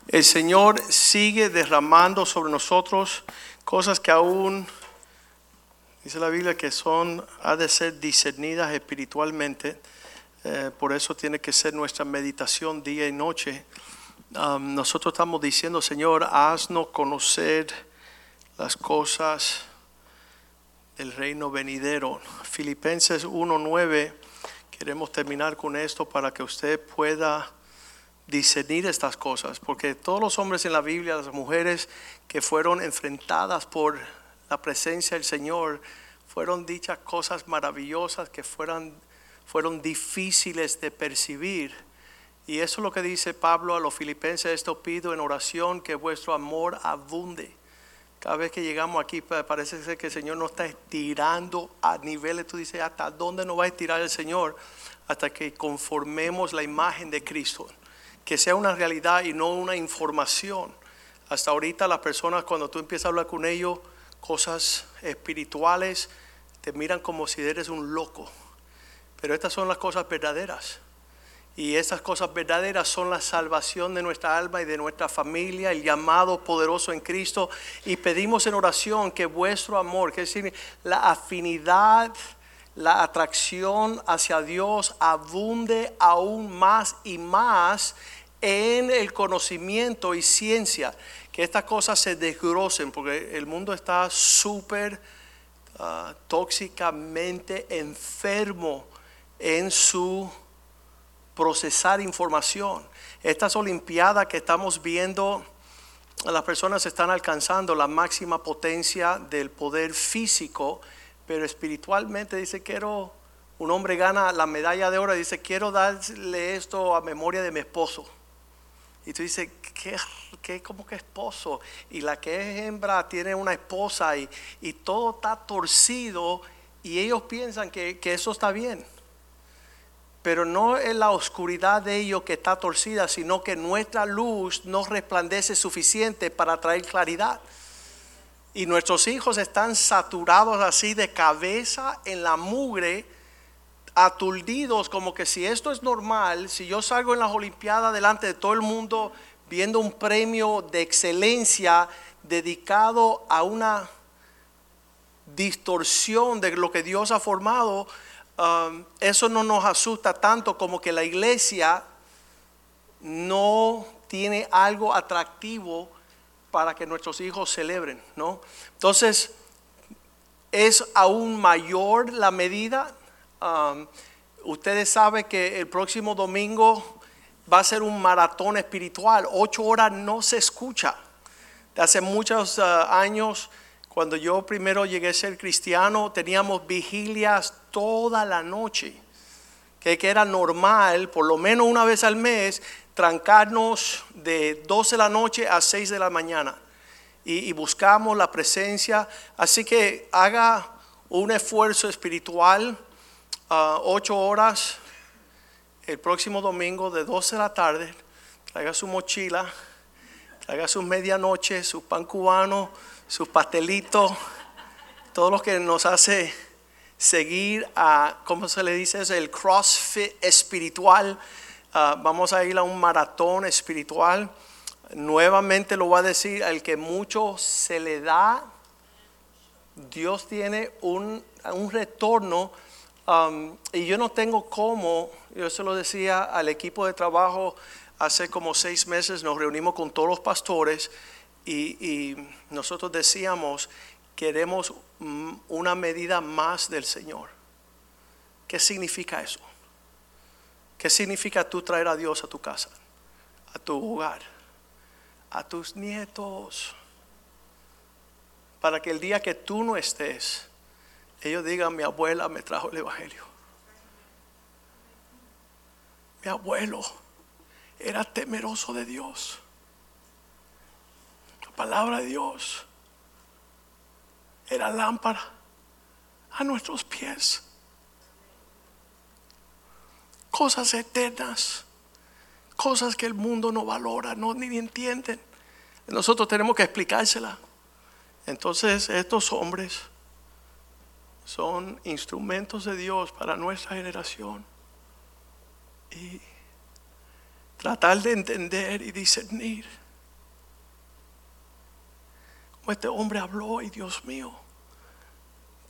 Speaker 4: El Señor sigue derramando sobre nosotros cosas que aún dice la Biblia que son ha de ser discernidas espiritualmente. Eh, por eso tiene que ser nuestra meditación día y noche. Am, nosotros estamos diciendo, Señor, haznos conocer las cosas del reino venidero. Filipenses 1:9. Queremos terminar con esto para que usted pueda discernir estas cosas, porque todos los hombres en la Biblia, las mujeres que fueron enfrentadas por la presencia del Señor, fueron dichas cosas maravillosas que fueran, fueron difíciles de percibir. Y eso es lo que dice Pablo a los filipenses, esto pido en oración que vuestro amor abunde. Cada vez que llegamos aquí pa- parece ser que el Señor nos está estirando a niveles, tú dices, ¿hasta dónde nos va a estirar el Señor? Hasta que conformemos la imagen de Cristo, que sea una realidad y no una información. Hasta ahorita las personas cuando tú empiezas a hablar con ellos, cosas espirituales, te miran como si eres un loco. Pero estas son las cosas verdaderas. Y esas cosas verdaderas son la salvación de nuestra alma y de nuestra familia, el llamado poderoso en Cristo. Y pedimos en oración que vuestro amor, que es decir, la afinidad, la atracción hacia Dios abunde aún más y más en el conocimiento y ciencia, que estas cosas se desgrosen, porque el mundo está súper ah, tóxicamente enfermo en su procesar información. Estas Olimpiadas que estamos viendo, las personas están alcanzando la máxima potencia del poder físico, pero espiritualmente dice, quiero, un hombre gana la medalla de oro, dice, quiero darle esto a memoria de mi esposo. Y tú dices, ¿qué, qué como que esposo? Y la que es hembra tiene una esposa y, y todo está torcido y ellos piensan que, que eso está bien. Pero no es la oscuridad de ellos que está torcida, sino que nuestra luz no resplandece suficiente para traer claridad. Y nuestros hijos están saturados así de cabeza en la mugre, aturdidos como que si esto es normal, si yo salgo en las Olimpiadas delante de todo el mundo viendo un premio de excelencia dedicado a una distorsión de lo que Dios ha formado, um, eso no nos asusta tanto como que la iglesia no tiene algo atractivo para que nuestros hijos celebren, ¿no? Entonces, es aún mayor la medida. Um, ustedes saben que el próximo domingo va a ser un maratón espiritual. Ocho horas no se escucha. De hace muchos ah, años, cuando yo primero llegué a ser cristiano, teníamos vigilias toda la noche. Que, que era normal, por lo menos una vez al mes, trancarnos de 12 de la noche a 6 de la mañana. Y, y buscamos la presencia. Así que haga un esfuerzo espiritual, ah, ocho horas el próximo domingo de 12 de la tarde, traiga su mochila, traiga sus medianoche, su pan cubano, sus pastelitos, todo lo que nos hace seguir a, ¿cómo se le dice eso? El CrossFit espiritual. Ah, vamos a ir a un maratón espiritual. Nuevamente lo voy a decir, al que mucho se le da, Dios tiene un, un retorno um, y yo no tengo cómo, yo se lo decía al equipo de trabajo hace como seis meses, nos reunimos con todos los pastores y, y nosotros decíamos, queremos mm, una medida más del Señor. ¿Qué significa eso? ¿Qué significa tú traer a Dios a tu casa, a tu hogar, a tus nietos? Para que el día que tú no estés, ellos digan, mi abuela me trajo el Evangelio. Mi abuelo era temeroso de Dios. La palabra de Dios era lámpara a nuestros pies. Cosas eternas, cosas que el mundo no valora, no ni entienden. Nosotros tenemos que explicársela. Entonces estos hombres son instrumentos de Dios para nuestra generación. Y tratar de entender y discernir. Como este hombre habló hoy, Dios mío.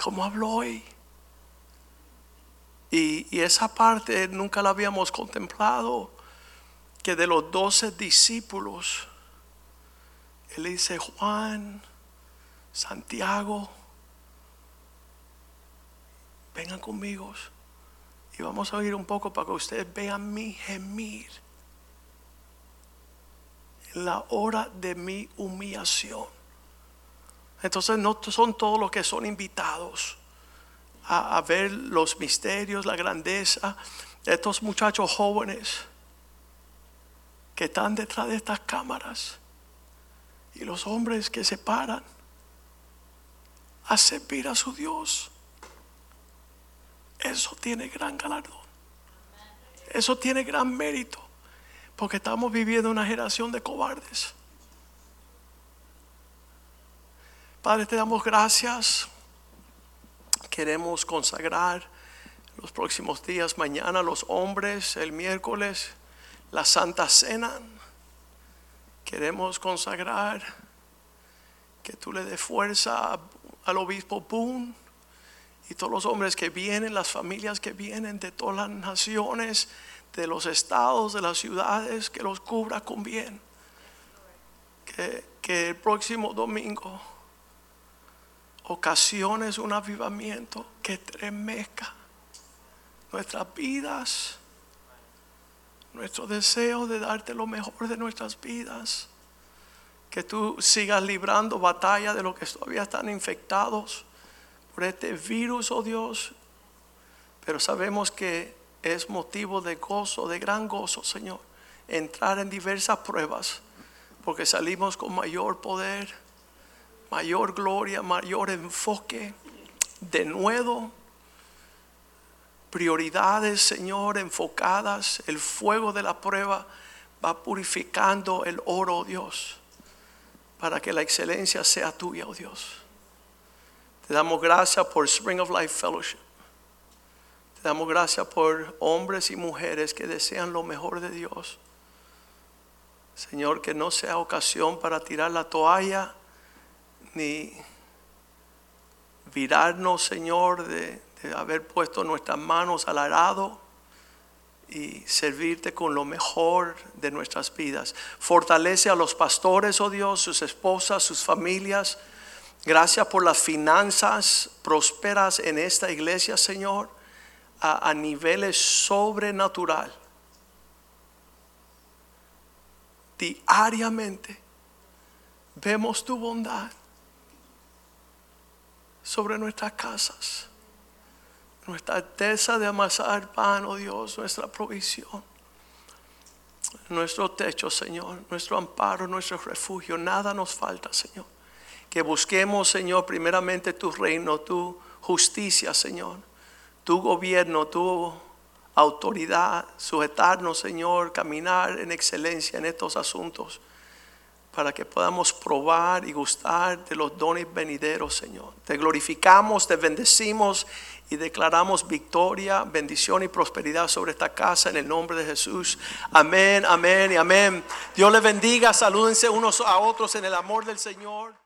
Speaker 4: Como habló hoy. Y, y esa parte nunca la habíamos contemplado, que de los doce discípulos, él dice Juan, Santiago, vengan conmigo y vamos a oír un poco para que ustedes vean mi gemir en la hora de mi humillación. Entonces no t- son todos los que son invitados a, a ver los misterios, la grandeza. Estos muchachos jóvenes que están detrás de estas cámaras y los hombres que se paran a servir a su Dios. Eso tiene gran galardón. Eso tiene gran mérito. Porque estamos viviendo una generación de cobardes. Padre, te damos gracias. Queremos consagrar los próximos días, mañana los hombres, el miércoles, la Santa Cena. Queremos consagrar que tú le des fuerza al obispo Boone y todos los hombres que vienen, las familias que vienen de todas las naciones, de los estados, de las ciudades, que los cubra con bien. Que, que el próximo domingo ocasiones un avivamiento que tremezca nuestras vidas, nuestro deseo de darte lo mejor de nuestras vidas, que tú sigas librando batalla de los que todavía están infectados por este virus, oh Dios, pero sabemos que es motivo de gozo, de gran gozo, Señor, entrar en diversas pruebas, porque salimos con mayor poder, mayor gloria, mayor enfoque, de nuevo, prioridades, Señor, enfocadas, el fuego de la prueba va purificando el oro, oh Dios, para que la excelencia sea tuya, oh Dios. Te damos gracias por Spring of Life Fellowship. Te damos gracias por hombres y mujeres que desean lo mejor de Dios. Señor, que no sea ocasión para tirar la toalla ni virarnos, Señor, de, de haber puesto nuestras manos al arado y servirte con lo mejor de nuestras vidas. Fortalece a los pastores, oh Dios, sus esposas, sus familias. Gracias por las finanzas prósperas en esta iglesia, Señor, a, a niveles sobrenatural. Diariamente vemos tu bondad sobre nuestras casas, nuestra alteza de amasar pan, oh Dios, nuestra provisión, nuestro techo, Señor, nuestro amparo, nuestro refugio. Nada nos falta, Señor. Que busquemos, Señor, primeramente tu reino, tu justicia, Señor, tu gobierno, tu autoridad, sujetarnos, Señor, caminar en excelencia en estos asuntos para que podamos probar y gustar de los dones venideros, Señor. Te glorificamos, te bendecimos y declaramos victoria, bendición y prosperidad sobre esta casa en el nombre de Jesús. Amén, amén y amén. Dios les bendiga, salúdense unos a otros en el amor del Señor.